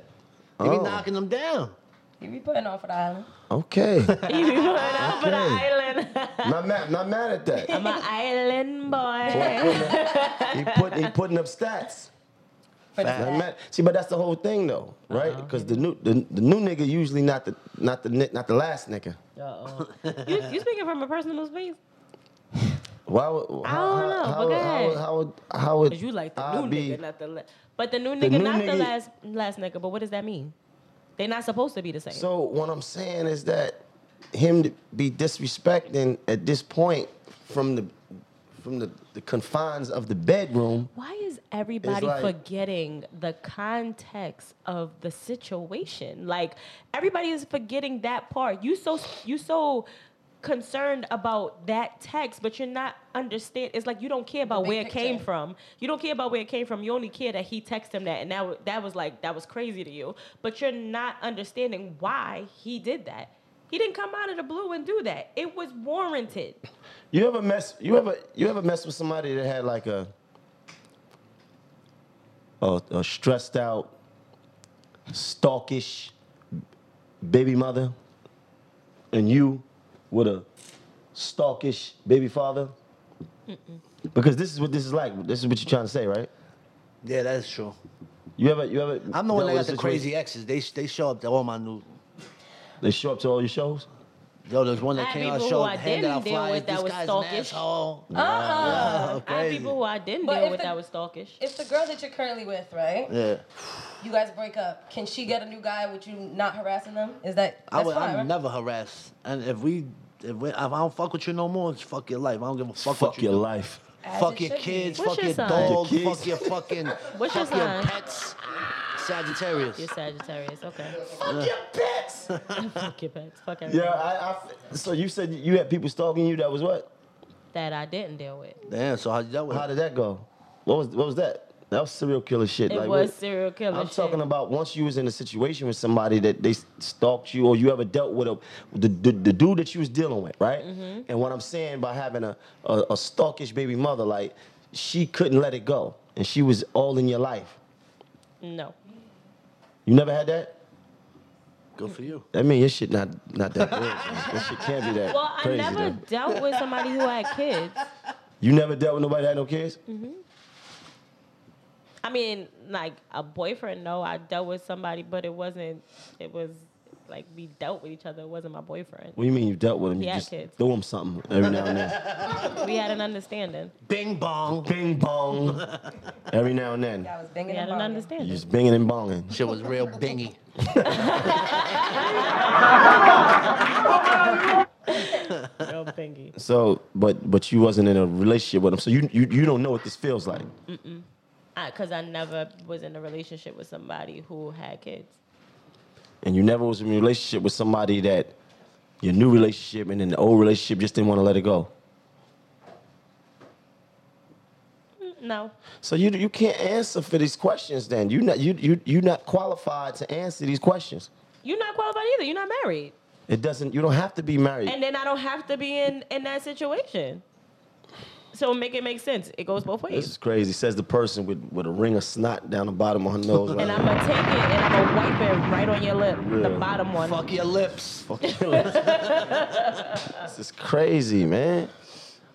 He be Oh. knocking them down. he be putting on for the island. Okay. You be going out for the island. [laughs] not mad. Not mad at that. [laughs] I'm an island boy. he put he putting up stats. For Not Fact. that. mad. See, but that's the whole thing though, right? Because the new the, the new nigga usually not the not the ni- not the last nigga. Uh-oh. you, you speaking from a personal space? Why? would- I how- don't know, How, but go how, ahead. would- how, would- how would Cause you like the I new be- nigga, not the la- but the new nigga, new not the nigga- last last nigga. But what does that mean? They're not supposed to be the same. So what I'm saying is that him to be disrespecting at this point from the from the, the confines of the bedroom. Why is everybody like- forgetting the context of the situation? Like everybody is forgetting that part. You so you so concerned about that text, but you're not understand. It's like you don't care about big where it came picture. from. You don't care about where it came from. You only care that he texted him that, and that w- that was like that was crazy to you. But you're not understanding why he did that. He didn't come out of the blue and do that. It was warranted. You ever mess? You ever you ever mess with somebody that had like a a, a stressed out, stalkish baby mother, and you with a stalkish baby father? Because this is what this is like. This is what you're trying to say, right? Yeah, that's true. You ever you ever? I'm the dealt one that got with a the situation- crazy exes. They they show up to all my new. They show up to all your shows. Yo, there's one I that had came out people showed who I handed didn't out deal flyers. with that this was guy's an stalkish. Uh, asshole. Uh-uh. Oh, I had crazy. people who I didn't But deal if with the- that was stalkish. If the girl that you're currently with, right? Yeah, You guys break up. Can she get a new guy with you not harassing them? Is that that's I would. fine? I'm right? never harassed. And if we, if we, if I don't fuck with you no more, it's fuck your life. I don't give a fuck. Fuck, what you your do. life. As it Fuck should your be. kids. What's fuck your your sign? dog. Your kids. fuck your fucking. [laughs] What's your fuck your sign? pets. Sagittarius. You're Sagittarius. Okay. Fuck your pets. [laughs] Fuck your pets. Fuck everything Yeah, I, I- So you said you had people stalking you. That was what? that I didn't deal with. Damn, so how you dealt with How it? did that go? What was what was that? That was serial killer shit. It like, was what- serial killer. I'm shit. talking about once you was in a situation with somebody that they stalked you or you ever dealt with a the, the, the dude that you was dealing with, right? Mm-hmm. And what I'm saying by having a, a a stalkish baby mother, like she couldn't let it go, and she was all in your life. No. You never had that. Good for you. That mean your shit not not that [laughs] good. that shit can't be that Well, crazy. I never though. dealt with somebody who [laughs] had kids. You never dealt with nobody that had no kids. I mean, like a boyfriend. No, I dealt with somebody, but it wasn't. It was like we dealt with each other. It wasn't my boyfriend. What do you mean you dealt with him? He you had just kids. threw him something every now and then. We had an understanding. Bing bong. Bing bong. Every now and then. I was banging We had and bonging. an You [laughs] understanding. just binging and bonging. Shit was real bingy. Real thingy. So, but but you wasn't in a relationship with him, so you you, you don't know what this feels like. Because I never was in a relationship with somebody who had kids. and you never was in a relationship with somebody that your new relationship and then the old relationship just didn't want to let it go. No. So you you can't answer for these questions. Then you not you you you not qualified to answer these questions. You're not qualified either. You're not married. It doesn't. You don't have to be married. And then I don't have to be in in that situation. So make it make sense. It goes both this ways. is crazy. Says the person with with a ring of snot down the bottom of her nose. [laughs] And right? I'm gonna take it and I'm gonna wipe it right on your lip, the Yeah. bottom one. Fuck your lips. [laughs] This is crazy, man.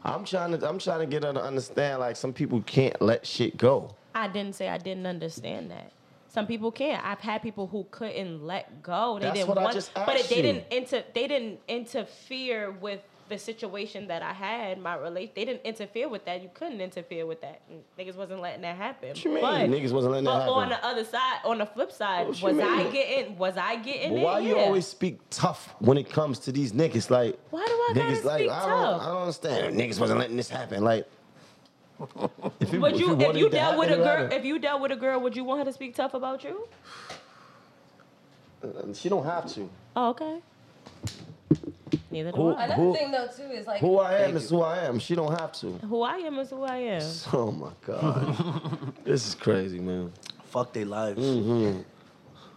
I'm trying to I'm trying to get her to understand like some people can't let shit go. I didn't say I didn't understand that. Some people can't. I've had people who couldn't let go. They That's didn't what I want, just but asked they you. didn't inter, They didn't interfere with the situation that I had. My relate. They didn't interfere with that. You couldn't interfere with that. Niggas wasn't letting that happen. What you mean? But, Niggas wasn't letting that but happen. on the other side, on the flip side, What was you mean? I getting? Was I getting But it? why you Yeah. always speak tough when it comes to these niggas? Like Why do I gotta niggas like I speak tough? don't I don't understand. Niggas wasn't letting this happen. [laughs] Like if it- if But you, if wanted you it to dealt with a happen, it girl, happened. if you dealt with a girl, would you want her to speak tough about you? she don't have to. Oh, okay. Neither do Who- I. Another Who- thing though too is like Who I am is who I am. She don't have to. [laughs] Who I am is who I am. Oh my god, [laughs] this is crazy, man. Fuck their lives.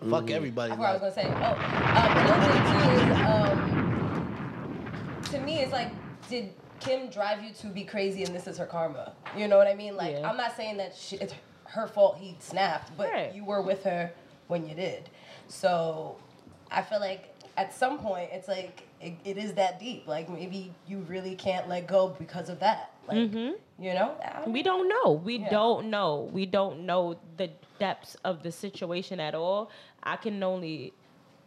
Fuck everybody. I forgot lives. what I was gonna say. Oh, um, another thing too is, um, to me, it's like, did Kim drive you to be crazy, and this is her karma? You know what I mean? Like, Yeah. I'm not saying that she, it's her fault he snapped, but Right. you were with her when you did. So, I feel like at some point, it's like it, it is that deep. Like maybe you really can't let go because of that. Like, you know, I don't Mm-hmm. We don't know. We Yeah. don't know. We don't know the depths of the situation at all. I can only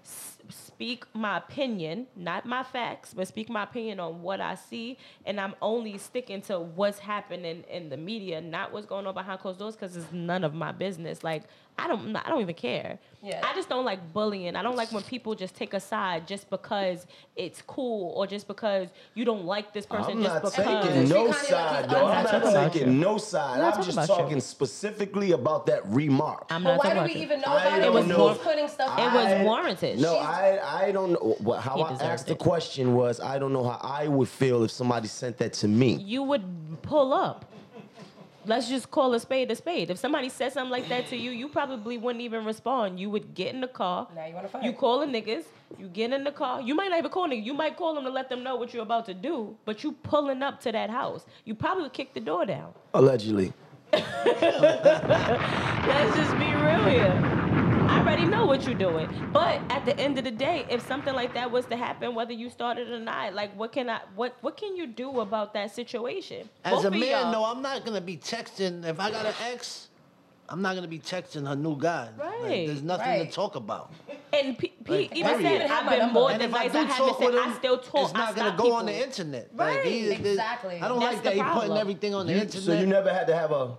s- speak my opinion, not my facts, but speak my opinion on what I see. And I'm only sticking to what's happening in the media, not what's going on behind closed doors, because it's none of my business. Like I don't, I don't even care. Yeah. I just don't like bullying. I don't like when people just take a side just because it's cool or just because you don't like this person. I'm just not because. taking She kinda no like side, he's though. I'm untouchable. not taking no side. I'm not I'm talking just about you. talking specifically about that remark. I'm But not why talking do about we you. even know I about it? don't When know. she's putting stuff. It out was there? warranted. No, She's- I I don't know what, how He I asked deserved the it. question was. I don't know how I would feel if somebody sent that to me. you would pull up. Let's just call a spade a spade. If somebody said something like that to you, you probably wouldn't even respond. You would get in the car. Now you wanna fight. You call the niggas. You get in the car. You might not even call niggas. You might call them to let them know what you're about to do. But you pulling up to that house. You probably would kick the door down. Allegedly, Let's just be real here. I already know what you're doing. But at the end of the day, if something like that was to happen, whether you started or not, like what can I what what can you do about that situation? As Both a of man, y'all. no, I'm not gonna be texting. If I got an ex, I'm not gonna be texting her new guy. Like, Right, there's nothing right to right. talk about. And P- P- Like, even period. said, I've And been if more I than if I nice. do I haven't talk with said, him, I still talk. it's not I gonna stop go on the people. internet. Right, he- the- exactly. I don't That's like the that he putting problem. everything on the you, internet. so you never had to have a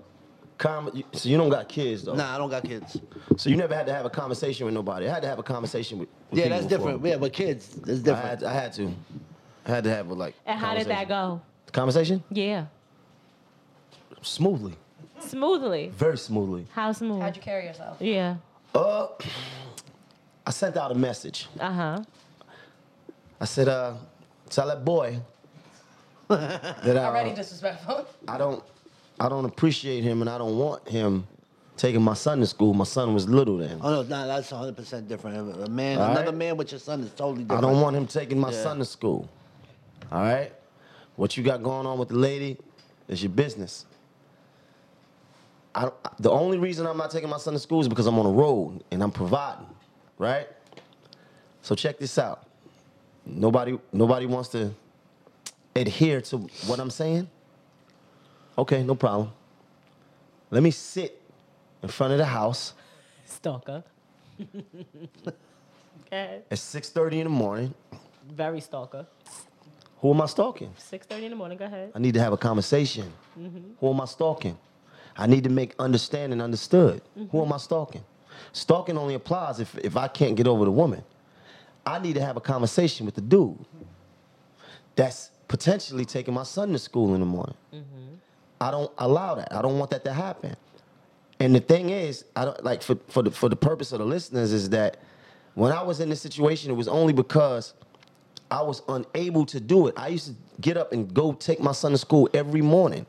com. So you don't got kids though. Nah, I don't got kids. So you never had to have a conversation with nobody. I had to have a conversation with. with Yeah, people that's before. different. Yeah, but kids, that's I different. had, I had to. I had to have a like. And how did that go? Conversation Yeah. smoothly, Smoothly. very smoothly. How smooth? How'd you carry yourself? yeah. Uh, I sent out a message. Uh huh. I said, uh, tell that boy that I, Already disrespectful. I don't I don't appreciate him and I don't want him taking my son to school. My son was little then. Oh no, nah, that's 100 percent different. A man, All another right. man with your son is I totally different. don't want him taking my Yeah. son to school. All right? What you got going on with the lady is your business. I, don't- the only reason I'm not taking my son to school is because I'm on the road and I'm providing, right? So check this out. Nobody nobody wants to adhere to what I'm saying? Okay, no problem. Let me sit in front of the house [laughs] Stalker. okay. at 6:30 in the morning. Very stalker. Who am I stalking? Six thirty in the morning. Go ahead. I need to have a conversation. Who am I stalking? I need to make understanding understood. Who am I stalking? Stalking only applies if, if I can't get over the woman. I need to have a conversation with the dude that's potentially taking my son to school in the morning. I don't allow that. I don't want that to happen. And the thing is, I don't like for, for the for the purpose of the listeners is that when I was in this situation, it was only because I was unable to do it. I used to get up and go take my son to school every morning.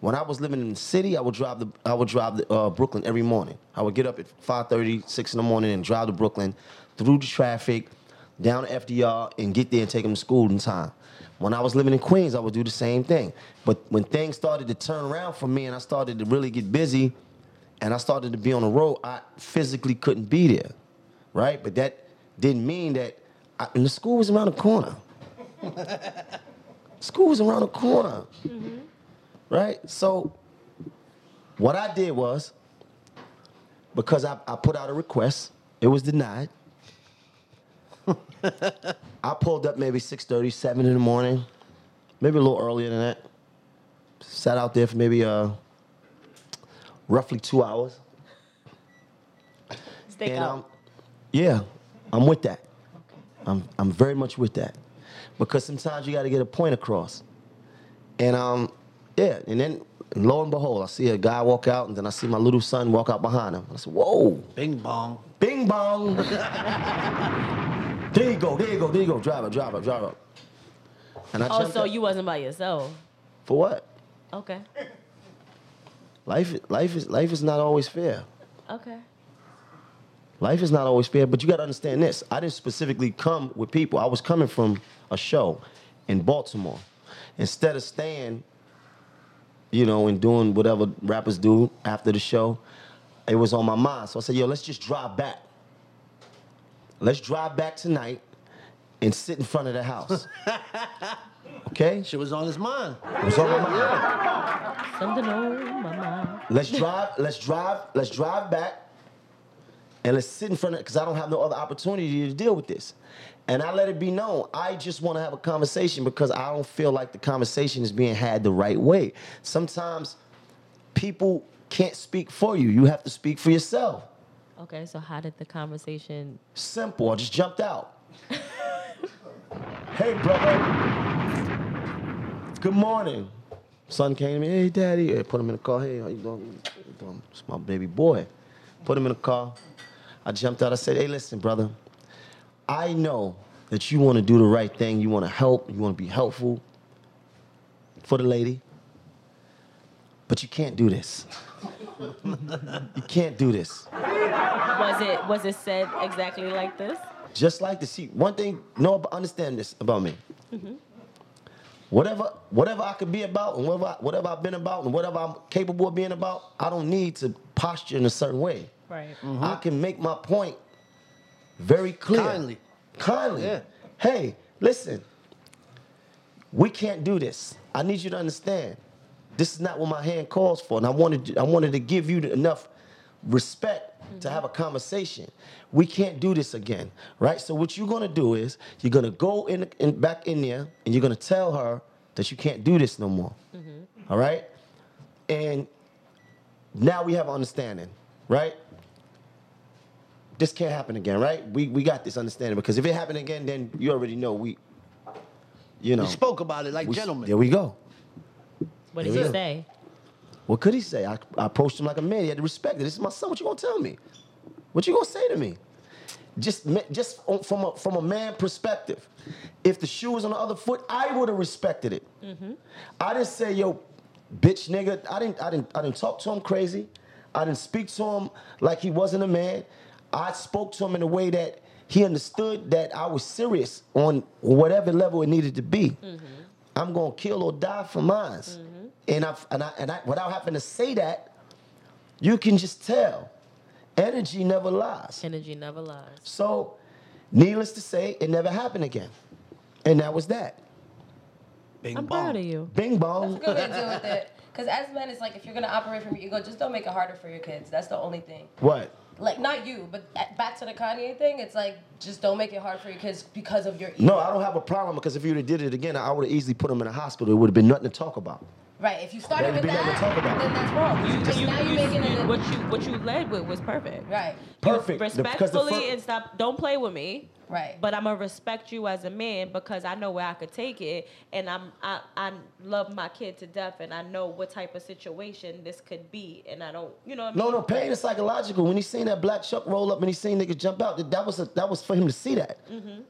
When I was living in the city, I would drive the I would drive to uh, Brooklyn every morning. I would get up at 5:30, 6 in the morning, and drive to Brooklyn through the traffic, down to FDR, and get there and take him to school in time. When I was living in Queens, I would do the same thing. But when things started to turn around for me, and I started to really get busy, and I started to be on the road, I physically couldn't be there, right? But that didn't mean that, I, and the school was around the corner. school was around the corner, right? So what I did was, because I, I put out a request, it was denied. I pulled up maybe 6.30, 7 in the morning, maybe a little earlier than that. Sat out there for maybe uh, roughly two hours. Stick And, out. um, yeah, I'm with that. I'm I'm very much with that, because sometimes you got to get a point across, and um, yeah, and then lo and behold, I see a guy walk out, and then I see my little son walk out behind him. I said, "Whoa, Bing bong. [laughs] bing bong!" there you go, there you go, there you go. Drive up, drive up, drive up. And I oh, jumped so up. you wasn't by yourself. for what? Okay. Life, life is life is not always fair. Okay. Life is not always fair, but you got to understand this. I didn't specifically come with people. I was coming from a show in Baltimore. Instead of staying, you know, and doing whatever rappers do after the show, it was on my mind. So I said, yo, let's just drive back. Let's drive back tonight and sit in front of the house. okay? Shit was on his mind. It was on my mind. Something on my mind. Let's drive. let's drive. Let's drive back, and let's sit in front of because I don't have no other opportunity to deal with this. And I let it be known. I just want to have a conversation because I don't feel like the conversation is being had the right way. Sometimes people can't speak for you. You have to speak for yourself. Okay, so how did the conversation? Simple. I just jumped out. hey, brother. Good morning. Son came to me. Hey, daddy. Hey, put him in the car. Hey, how you doing? How you doing? It's my baby boy. Put him in the car. I jumped out. I said, Hey, listen, brother. I know that you want to do the right thing. You want to help. You want to be helpful for the lady. But you can't do this. [laughs] you can't do this. Was it was it said exactly like this? just like to see one thing no understand this about me whatever whatever i could be about and whatever, I, whatever i've been about and whatever i'm capable of being about i don't need to posture in a certain way Right. Mm. Mm-hmm. i can make my point very clear Kindly. kindly Yeah. hey listen we can't do this i need you to understand this is not what my hand calls for and i wanted to- i wanted to give you enough respect Mm-hmm. to have a conversation we can't do this again right so what you're going to do is you're going to go in, in back in there and you're going to tell her that you can't do this no more Mm-hmm. All right and now we have understanding right this can't happen again right we we got this understanding because if it happened again then you already know we you know We spoke about it like we- gentlemen. There we go. What did There you we go. say? What could he say? I, I approached him like a man. He had to respect it. This is my son. What you gonna tell me? What you gonna say to me? Just, ma- just on- from a from a man perspective, if the shoe was on the other foot, I would have respected it. I didn't say yo, bitch, nigga. I didn't, I didn't, I didn't talk to him crazy. I didn't speak to him like he wasn't a man. I spoke to him in a way that he understood that I was serious on whatever level it needed to be. I'm gonna kill or die for mine. And I and I and I without having to say that, you can just tell. Energy never lies. Energy never lies. So, needless to say, it never happened again. And that was that. Bing I'm bong. proud of you. Bing bong. Good way to deal with it. Because as men, it's like if you're gonna operate from your ego, just don't make it harder for your kids. That's the only thing. What? Like not you, but at- back to the Kanye thing. It's like just don't make it hard for your kids because of your ego. No, I don't have a problem because if you would have did it again, I would have easily put him in a hospital. It would have been nothing to talk about. Right. If you started Then with be able to that, talk about it. then that's wrong. You, just now you're making you- it. what A, you what you led with was perfect. right. Perfect. The- because the Respectfully fir- and stop. Don't play with me. Right. But I'm gonna respect you as a man because I know where I could take it, and I'm I, I love my kid to death, and I know what type of situation this could be, and I don't, you know. What I No, mean? no, pain is psychological. When he seen that black Chuck roll up and he seen niggas jump out, that- that was a, that was for him to see that. Mm-hmm.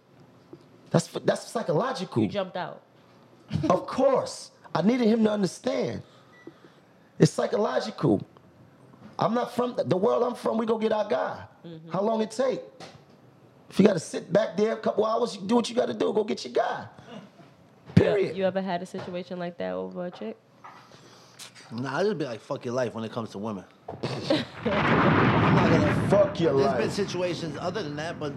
That's for, that's psychological. You jumped out. Of course. I needed him to understand. It's psychological. I'm not from the world I'm from, we go get our guy. How long it take? If you gotta sit back there a couple hours, you do what you gotta do. Go get your guy. Period. You ever had a situation like that over a chick? Nah, I just be like, fuck your life when it comes to women. [laughs] I'm not gonna Fuck your There's been life. situations other than that, but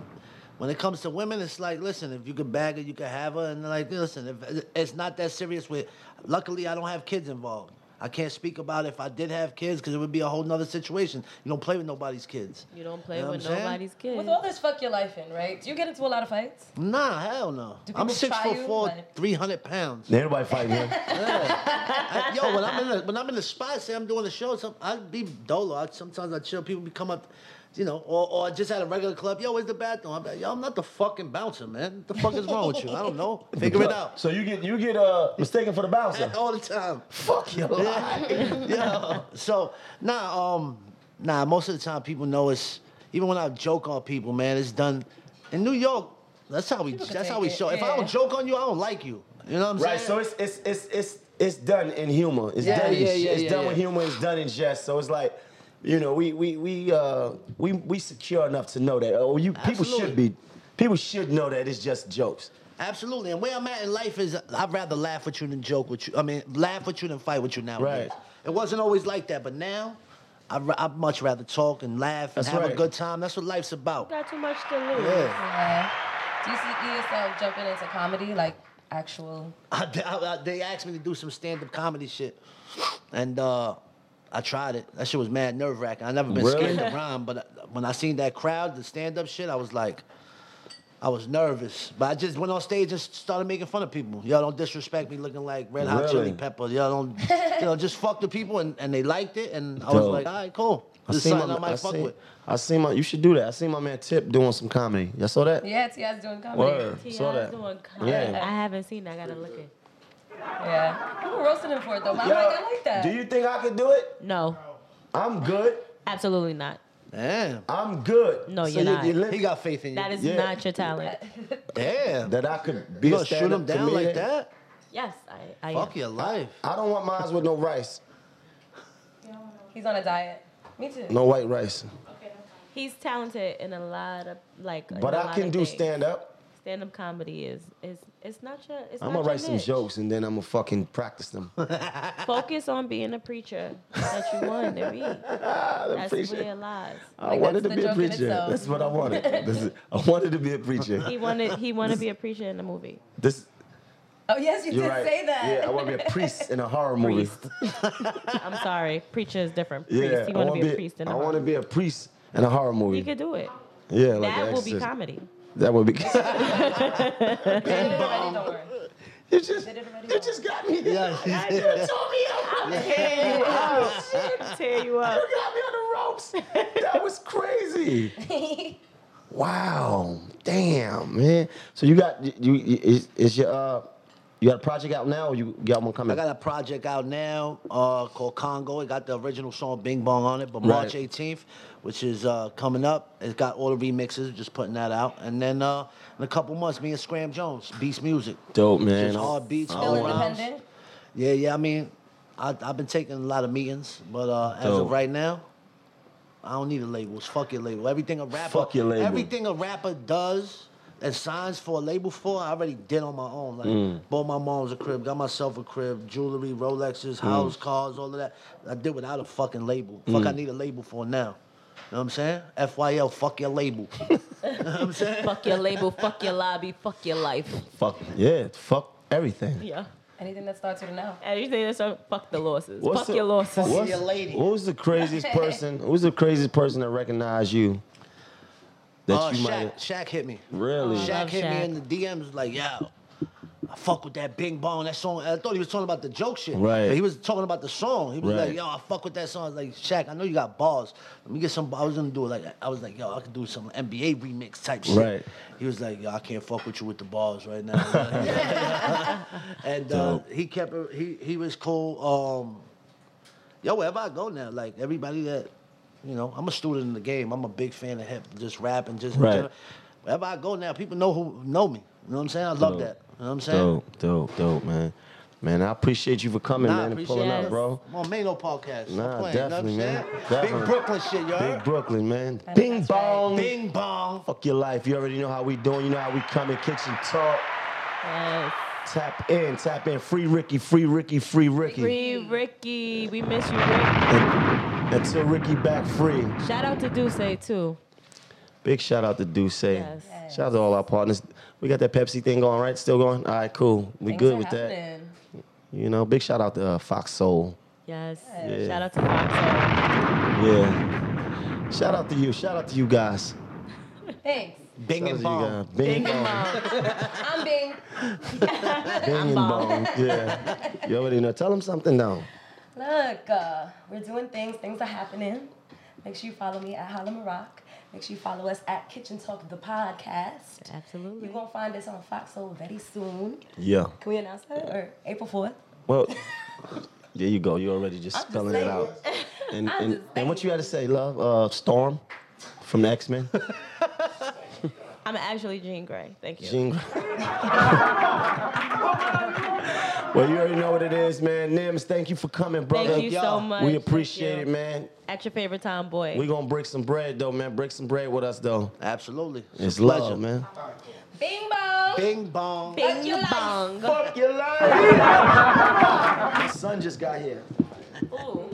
when it comes to women, it's like, listen, if you could bag her, you could have her, and like, listen, if it's not that serious. With luckily, I don't have kids involved. I can't speak about if I did have kids because it would be a whole nother situation. You don't play with nobody's kids. You don't play You know with what I'm saying? nobody's kid. With all this fuck your life in, right? Do you get into a lot of fights? Nah, hell no. Do I'm people six try foot you? four, Like- three hundred pounds. Everybody fighting him. I- yo, when I'm in the when I'm in the spot, say I'm doing a show, some I'd be dolo. I, sometimes I chill. People be come up, you know, or, or just at a regular club. Yo, where's the bathroom? I'm like, yo, I'm not the fucking bouncer, man. What the fuck is wrong with you? I don't know. Figure it out. So you get you get uh mistaken for the [laughs] bouncer. All the time. Fuck your life. Yeah. So nah, um, nah. Most of the time, people know it's even when I joke on people, man. It's done in New York. That's how we. can That's how take we it, show. If I yeah. don't joke on you, I don't like you. You know what I'm Right, so saying? it's it's it's it's it's done in humor. It's Yeah, done. in, yeah, yeah, it's yeah, done yeah. with humor. It's done in jest. So it's like, you know, we we we uh we we secure enough to know that. Oh, you people should Absolutely. be, people should know that it's just jokes. Absolutely. And where I'm at in life is I'd rather laugh with you than joke with you. I mean, laugh with you than fight with you nowadays. Right. It wasn't always like that, but now I'd, ra- I'd much rather talk and laugh and That's have right. a good time. That's what life's about. got too much to lose. Yeah. Yeah. Do you see yourself jumping into comedy, like actual? I, [laughs] I- I- they asked me to do some stand up comedy shit. And uh, I tried it. That shit was mad nerve wracking. i never been Really? [laughs] scared to rhyme, but I- when I seen that crowd, the stand up shit, I was like, I was nervous. But I just went on stage and started making fun of people. Y'all don't disrespect me looking like Red Hot Really? Chili Pepper. Y'all [laughs] don't, you know, just fuck the people and, and they liked it. And I was Dope. like, all right, cool. I This is seen something my, I might I fuck seen, with. I seen my. You should do that. I seen my man Tip doing some comedy. Y'all saw that? Yeah, Tia's doing comedy. Word. T.I. Saw that. is doing comedy. Yeah. I haven't seen. that. I gotta look it. Yeah. People roasted him for it though. But I'm Yo, like, I like that. Do you think I could do it? No, I'm good. absolutely not. Damn. I'm good. No, So you're you- not. you let- He got faith in you. That is Yeah. not your talent. Damn. that I could be You a gonna shoot stand-up him down comedian. like that? Yes, I. I Fuck am. your life. I don't want mines with no rice, He's on a diet. Me too. no white rice. He's talented in a lot of like. in But a I lot can of do things. stand up. Stand-up comedy is is it's not your. It's I'm gonna not your write some niche. jokes and then I'm gonna fucking practice them. [laughs] Focus on being a preacher that you want to [laughs] be. That's Preacher. where it lies. I wanted to that's be the a joke in preacher. itself. That's what I wanted. [laughs] This is- I wanted to be a preacher. He wanted he wanted to be a preacher in the movie. This Oh yes, you you're did right. say that. Yeah, I want to be a priest in a horror movie. Priest. I'm sorry, preacher is different. Priest. Yeah, he I want wanna to be a priest in the I want movie. to be a priest in a horror movie. He could do it. yeah, like that an will be exorcist. [laughs] comedy. That [laughs] would be. They did it already, don't worry. you just, did it already. you just got me. Yeah. You told me I'm tearing [laughs] you out. Tear you up. You got me on the ropes. That was crazy. [laughs] [laughs] Wow, damn, man. So you got you, you is, is your uh You got a project out now, or you got one coming? I got a project out now uh, called Congo. It got the original song Bing Bong on it, but Right. March 18th, which is uh, coming up, it's got all the remixes. Just putting that out, and then uh, in a couple months, me and Scram Jones, Beast Music. Dope, man. Just hard beats, Oh, Still all rhymes. independent. Yeah, yeah. I mean, I, I've been taking a lot of meetings, but uh, as Dope. of right now, I don't need a labels. Fuck your label. Everything a rapper, Fuck your label. everything a rapper does and signs for a label for, I already did on my own. Like, Mm. bought my mom's a crib, got myself a crib, jewelry, Mm. Rolexes, house, cars, all of that. I did without a fucking label. Fuck, Mm. I need a label for now. You know what I'm saying? FYL, fuck your label. you know what I'm [laughs] saying? fuck your label, fuck your lobby, fuck your life. Fuck yeah, fuck everything. Yeah. Anything that starts with an L. Everything that's up, fuck the losses. What's fuck the- your losses. what's- your lady. What was [laughs] the craziest person? Who's the craziest person that recognized you? That Uh, you Shaq, might Shaq hit me. really. Shaq love hit Shaq. me in the DMs like, yo, I fuck with that Bing Bong, that song. I thought he was talking about the joke shit. Right. But he was talking about the song. He was Right. like, yo, I fuck with that song. I was like, Shaq, I know you got bars. Let me get some. I was gonna do it like I was like, yo, I could do some NBA remix type shit. Right. He was like, yo, I can't fuck with you with the bars right [laughs] now. [laughs] and uh, he kept it- he he was cool. Um, yo, wherever I go now, like everybody that, you know, I'm a student in the game. I'm a big fan of hip, just rap and just in Right. general. wherever I go now, people know who know me. You know what I'm saying? I Dope. love that. You know what I'm saying? Dope, dope, dope, man. Man, I appreciate you for coming, Nah, man, and appreciate pulling it. up, bro. I'm on Mano podcast. Nah, I'm playing, definitely, you know what I'm man. saying? Definitely. Big Brooklyn shit, y'all. Big Brooklyn, man. I know Bing that's right. bong. Bing bong. Fuck your life. You already know how we doing. You know how we coming. Kitchen talk. Yes. Tap in, tap in. Free Ricky, free Ricky, free Ricky. Free Ricky. We miss you, Rick. Until Ricky back free. Shout out to Duce, too. Big shout out to Duce. Yes. Shout out to all our partners. We got that Pepsi thing going, right? Still going? All right, cool. We Things good are with that. happening. You know, big shout out to uh, Fox Soul. Yes. Yeah. Shout out to Foxo. Yeah. Shout out to you. Shout out to you guys. Thanks. Bing and Shout bong. out to you guys. Bing, and bong. I'm Bing. Bing and bong. Yeah. You already know. Tell them something now. Look, uh, we're doing things. Things are happening. Make sure you follow me at Harlem Rock. Make sure you follow us at Kitchen Talk the podcast. Absolutely. You're gonna find us on Foxhole very soon. Yeah. Can we announce that? Or April fourth? Well, there you go. You already just I'm just spelling it saying. out. And, I'm and, just and what saying. you had to say, love? Uh, Storm from the X Men. I'm actually Jean Grey. Thank you. Jean. [laughs] well, you already know what it is, man. Nims, thank you for coming, brother. Thank you so y'all. much. We Thank appreciate you. it, man. At your favorite time, boy. We gonna break some bread though, man. Break some bread with us though. Absolutely. a It's pleasure. love, man. Bing bong. Bing bong. Fuck your life. bong. Fuck your life. My son just got here. Ooh.